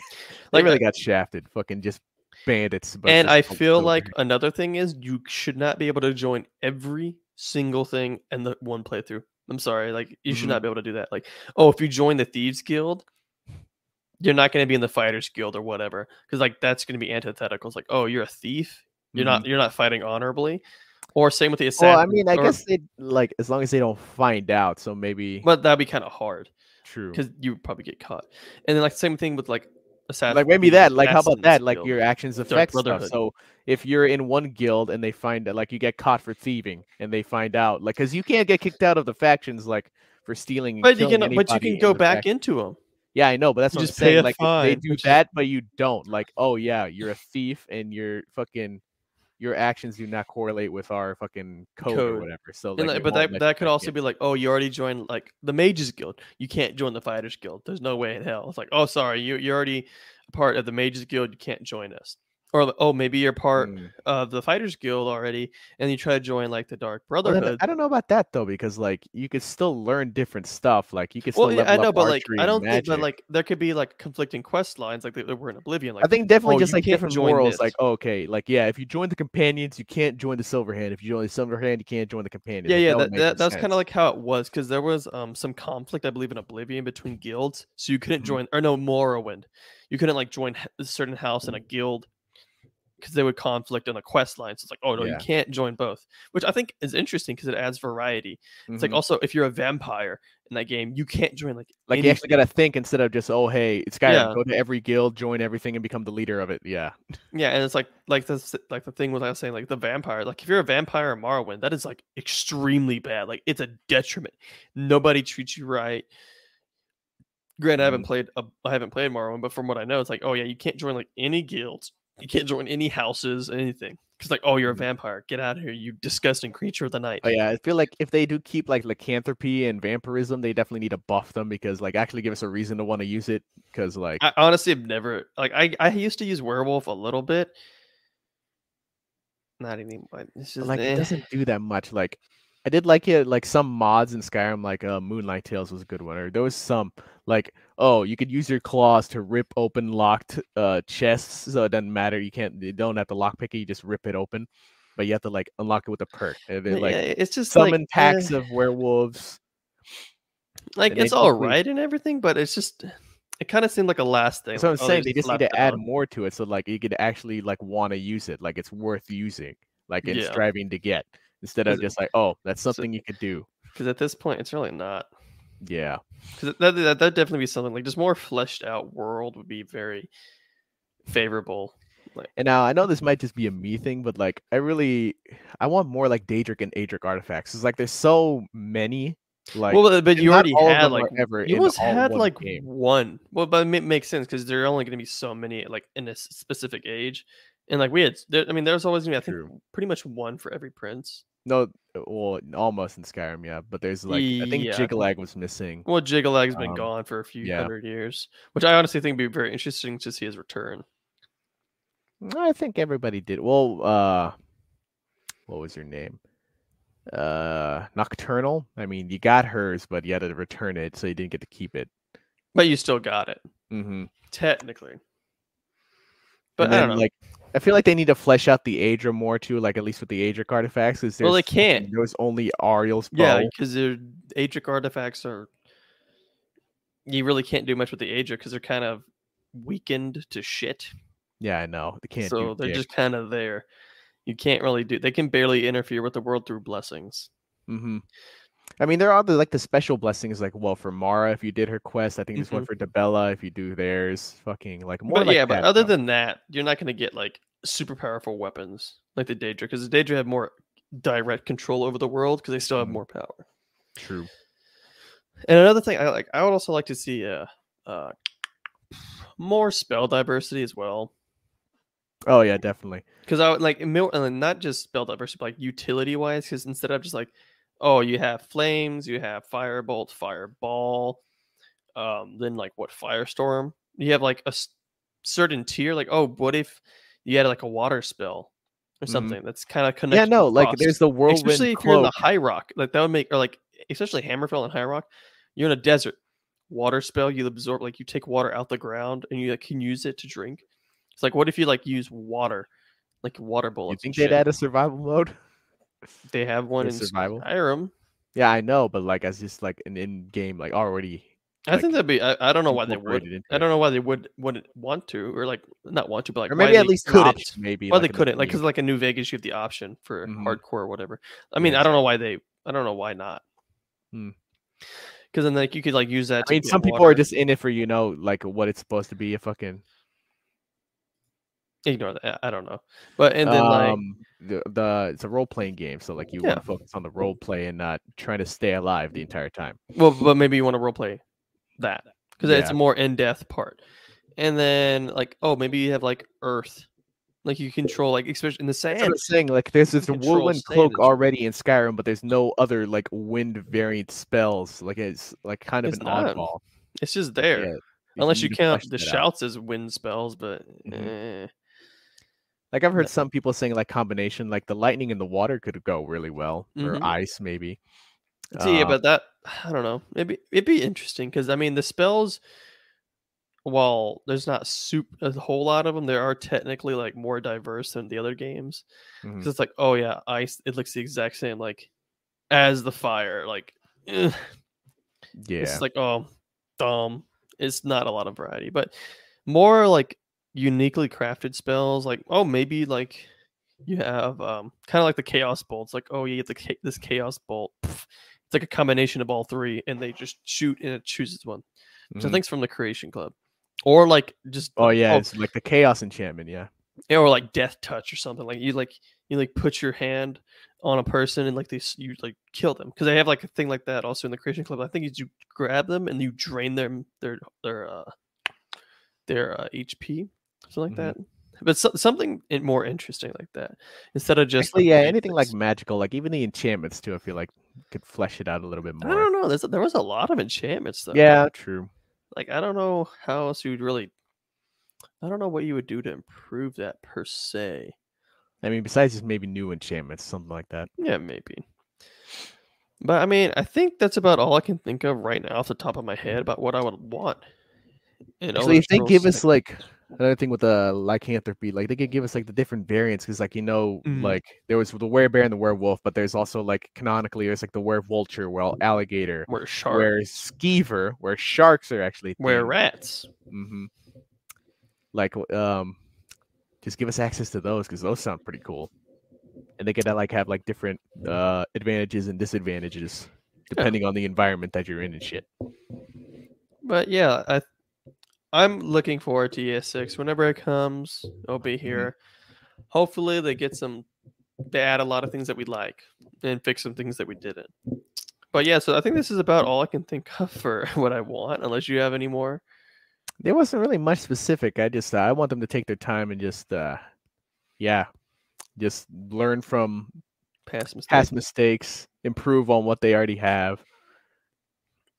Like,
really
I-
got shafted. Fucking just bandits. but
and
just
I
full
feel
silver.
like another thing is you should not be able to join every single thing in the one playthrough. I'm sorry, like you should
Mhm.
not be able to do that. Like, oh, if you join the Thieves Guild, you're not going to be in the Fighters Guild or whatever, because like that's going to be antithetical. It's like, oh, you're a thief, You're not you're not fighting honorably, or same with the assassin.
Mm-hmm. Well, I mean, I guess they like as long as they don't find out. So maybe
but that'd be kind of hard.
True.
because you would probably get caught. And then like same thing with like assassin.
like maybe that. Like how about that? Like your actions
They're
affect stuff.
brotherhood.
So if you're in one guild and they find that, like you get caught for thieving and they find out, like because you can't get kicked out of the factions like for stealing. and
But you
killing
can but you
anybody
can
in
go
the
back
faction.
into them.
Yeah, I know, but that's
You
what
just
I'm
pay
saying.
a
Like if they
fine,
do that, but you don't. Like, oh yeah, you're a thief, and your fucking your actions do not correlate with our fucking code, or whatever. So,
And,
like,
like,
it
but
won't
that
let you
that could
back
also
in.
be like, oh, you already joined like the mages guild. You can't join the fighters guild. There's no way in hell. It's like, oh, sorry, you you're already a part of the mages guild. You can't join us. Or like, oh, maybe you're
Mm.
part
Hmm.
of the fighters guild already, and you try to join like the dark
Well, then
brotherhood.
I don't know about that though, because like you could still learn different stuff. Like you could still
well, yeah, I
level
know,
up
but like
archery
I
and
don't think, but
magic.
like there could be like conflicting quest lines, like they, they were in Oblivion. Like
I think definitely
"Oh,
just
you
like
can't
different
join
morals.
this."
Like oh, okay, like yeah, if you join the companions, you can't join the Silverhand. If you join the Silverhand, you can't join the companions.
yeah,
Like,
yeah,
would
that,
make no
that, that's kind
sense.
of like how it was because there was um some conflict, I believe, in Oblivion between guilds, so you
Mm-hmm.
couldn't join or no Morrowind, you couldn't like join h- a certain house
Mm-hmm.
and a guild because they would conflict on a quest line. So it's like, oh no,
Yeah.
you can't join both, which I think is interesting because it adds variety. It's like oh,
Mhm.
also if you're a vampire in that game, you can't join like
Mm-hmm. Like
any
you actually got to think instead of just oh hey, it's got to
Yeah.
go to every guild, join everything, and become the leader of it. Yeah,
Yeah, and it's like like this like the thing was I was saying like the vampire like if you're a vampire in Morrowind that is like extremely bad like it's a detriment. Nobody treats you right. Granted, I
Mm-hmm.
haven't played a, I haven't played Morrowind, but from what I know, it's like oh yeah, you can't join like any guilds, you can't join any houses, anything. Because like oh you're a vampire, get out of here, you disgusting creature of the night.
Oh yeah, Mm-hmm. I feel like if they do keep like lycanthropy and vampirism, they definitely need to buff them because like actually give us a reason to want to use it. Because like
I honestly have never like I I used to use werewolf a little bit. Not anymore. It's just
like
eh.
it doesn't do that much. Like I did like it like some mods in Skyrim, like uh, Moonlight Tales was a good one, or there was some like oh you could use your claws to rip open locked uh chests, so it doesn't matter. You can't you don't have to lockpick it, you just rip it open. But you have to like unlock it with a perk. And it,
Yeah,
like
it's just, like,
summon packs
eh.
of werewolves.
like
and they
it's all
quickly-
right and everything, but it's just it kind of seemed like a last thing.
That's what I'm
like, oh,
saying. They just need to add
slapped it
more to it, so like you could actually like want to use it, like it's worth using, like it's
Yeah.
striving to get, instead of
Is it-
just like, oh, that's something you could do.
on. Because at this point, it's really not.
Yeah,
Because that that that'd definitely be something like just more fleshed out world would be very favorable. Like
and now I know this might just be a me thing, but like I really, I want more like Daedric and Adric artifacts. It's like there's so many. Like,
well, but
and
you
not
already
all of
had
them are
like
ever
you
in
almost
all
had
one
like
game.
one. Well, but it makes sense because there are only going to be so many like in a s- specific age, and like we had. There, I mean, there's always going to be I think pretty much one for every prince.
no, well, almost in Skyrim, yeah, but there's like I think
Yeah.
Jigalag was missing.
Well, Jigalag's been
Um,
gone for a few
yeah.
hundred years, which I honestly think would be very interesting to see his return.
I think everybody did. Well, uh what was your name? Uh Nocturnal. I mean, you got hers, but you had to return it, so you didn't get to keep it.
But you still got it.
Mm-hmm.
Technically. But
and
I
then,
don't know.
like I feel like they need to flesh out the Aedra more too, like at least with the Aedric artifacts. Is
Well, they
can't. There's only Ariel's bow.
yeah, because their Adric artifacts are you really can't do much with the Adric because they're kind of weakened to shit.
Yeah, I know. They can't.
so
do
they're
dick.
just kind of there. You can't really do they can barely interfere with the world through blessings.
Mm-hmm. I mean, there are the like the special blessings, like well, for Mara, if you did her quest, I think there's one
Mhm.
for Debella if you do theirs. Fucking like more.
but
like
yeah, but
that
other
stuff.
than that, you're not going to get like super powerful weapons like the Daedra because the Daedra have more direct control over the world because they still have
Mm-hmm.
more power.
True.
And another thing I like, I would also like to see uh, uh, more spell diversity as well.
Oh yeah, definitely.
Because I would like mil- uh, not just spell diversity, but like utility wise. Because instead of just like, oh, you have flames, you have firebolt, fireball, um, then like what firestorm. You have like a s- certain tier. Like, oh, what if you had like a water spell or
Mhm.
something that's kind of connected?
no,
with
like,
frost.
there's the whirlwind
especially if you're in the
cloak.
high rock. Like that would make or like especially Hammerfell and high rock. You're in a desert. Water spell, you absorb like you take water out the ground and you like, can use it to drink. It's like, what if you like use water, like water bullets?
Think
and
they'd
shit?
add a survival mode?
They have one in
survival.
Skyrim.
Yeah, I know, but like as just like an in game, like already
I think that'd be. I, I don't know why they would. I don't know why they would wouldn't want to, or like not want to, but like
Or
why
maybe at
they
least an
couldn't.
option, maybe,
why
like
they
an
couldn't, like
option.
because like in New Vegas you have the option for
Mhm.
hardcore or whatever. I mean, I don't know why they. I don't know why not.
Hmm.
Because then like you could like use that.
I
to
mean,
get
some people
water.
are just in it for you know, like what it's supposed to be. A fucking
ignore that. I I don't know, but and then like
um, the, the it's a role playing game, so like you want
Yeah.
to focus on the role play and not trying to stay alive the entire time.
Well, but maybe you want to roleplay that because it's
Yeah.
a more in depth part. And then like, oh, maybe you have like Earth, like you control like especially in the
That's what
sand.
I'm saying. Like there's this
control
whirlwind
sand
cloak
and-
already in Skyrim, but there's no other like wind variant spells. Like it's like kind of
It's
an
not.
oddball.
It's just there,
Yeah, you
unless
can-
you
you can
count
flesh
the
that out. Mm-hmm.
shouts as wind spells. But eh.
Like I've heard some people saying like combination, like the lightning and the water could go really well,
Mhm.
or ice maybe.
See, yeah,
Uh,
but that I don't know. It'd be, it'd be interesting because I mean the spells. While there's not soup a whole lot of them, there are technically like more diverse than the other games. 'Cause
Mhm.
it's like, oh yeah, ice. It looks the exact same like as the fire. Like, ugh.
yeah.
it's like oh, dumb. It's not a lot of variety, but more like uniquely crafted spells. Like oh, maybe like you have um kind of like the chaos bolt. It's like oh, you get the cha- this chaos bolt. Pff, It's like a combination of all three, and they just shoot and it chooses one. Which I
Mhm.
think's from the Creation Club, or like just
oh yeah,
oh,
it's like the chaos enchantment. Yeah.
yeah, or like death touch or something like you like you like put your hand on a person and like they s- you like kill them because they have like a thing like that also in the creation club i think is you grab them and you drain their their their uh their uh, hp something like that
Mhm.
but so, something in- more interesting like that instead of just
Actually,
like,
yeah,
big
anything like
things.
magical, like even the enchantments too. I feel like could flesh it out a little bit
i
more.
don't know there's, there was a lot of enchantments though
Yeah, true.
like i don't know how else you'd really i don't know what you would do to improve that per se
I mean, besides just maybe new enchantments, something like that.
Yeah, maybe. But I mean, I think that's about all I can think of right now off the top of my head about what I would want. in
So
Elder
if they
Scrolls
give us
six.
like another thing with the lycanthropy, like they could give us like the different variants because like you know,
Mhm.
like there was the werebear and the werewolf, but there's also like canonically there's like the werevulture, where alligator,
where shark,
where skeever, where sharks are actually
where
things.
rats,
Mhm. Like w- um, just give us access to those because those sound pretty cool, and they could uh, like have like different uh advantages and disadvantages depending on the environment that you're in and shit.
but yeah, I I'm looking forward to ES6 whenever it comes. I'll be
Mm-hmm.
here. Hopefully, they get some. They add a lot of things that we like and fix some things that we didn't. But yeah, so I think this is about all I can think of for what I want, unless you have any more.
There wasn't really much specific. I just uh, I want them to take their time and just uh yeah, just learn from
Past mistakes.
past mistakes, improve on what they already have.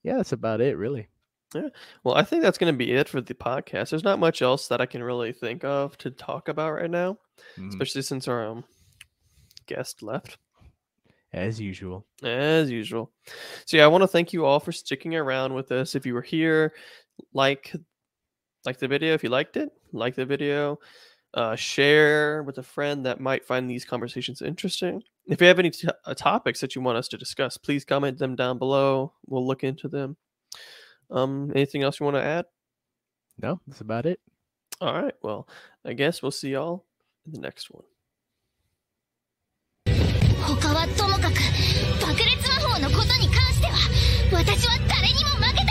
Yeah, that's about it, really.
Yeah. Well, I think that's going to be it for the podcast. There's not much else that I can really think of to talk about right now,
Mm-hmm. Hmm.
especially since our um, guest left
As usual.
as usual. So yeah, I want to thank you all for sticking around with us. If you were here, like like the video if you liked it, like the video, uh, share with a friend that might find these conversations interesting. If you have any t- uh, topics that you want us to discuss, please comment them down below. We'll look into them. Um, anything else you want to add?
No, that's about it.
All right. Well, I guess we'll see y'all in the next one.
他はともかく爆裂魔法のことに関しては私は誰にも負けたくない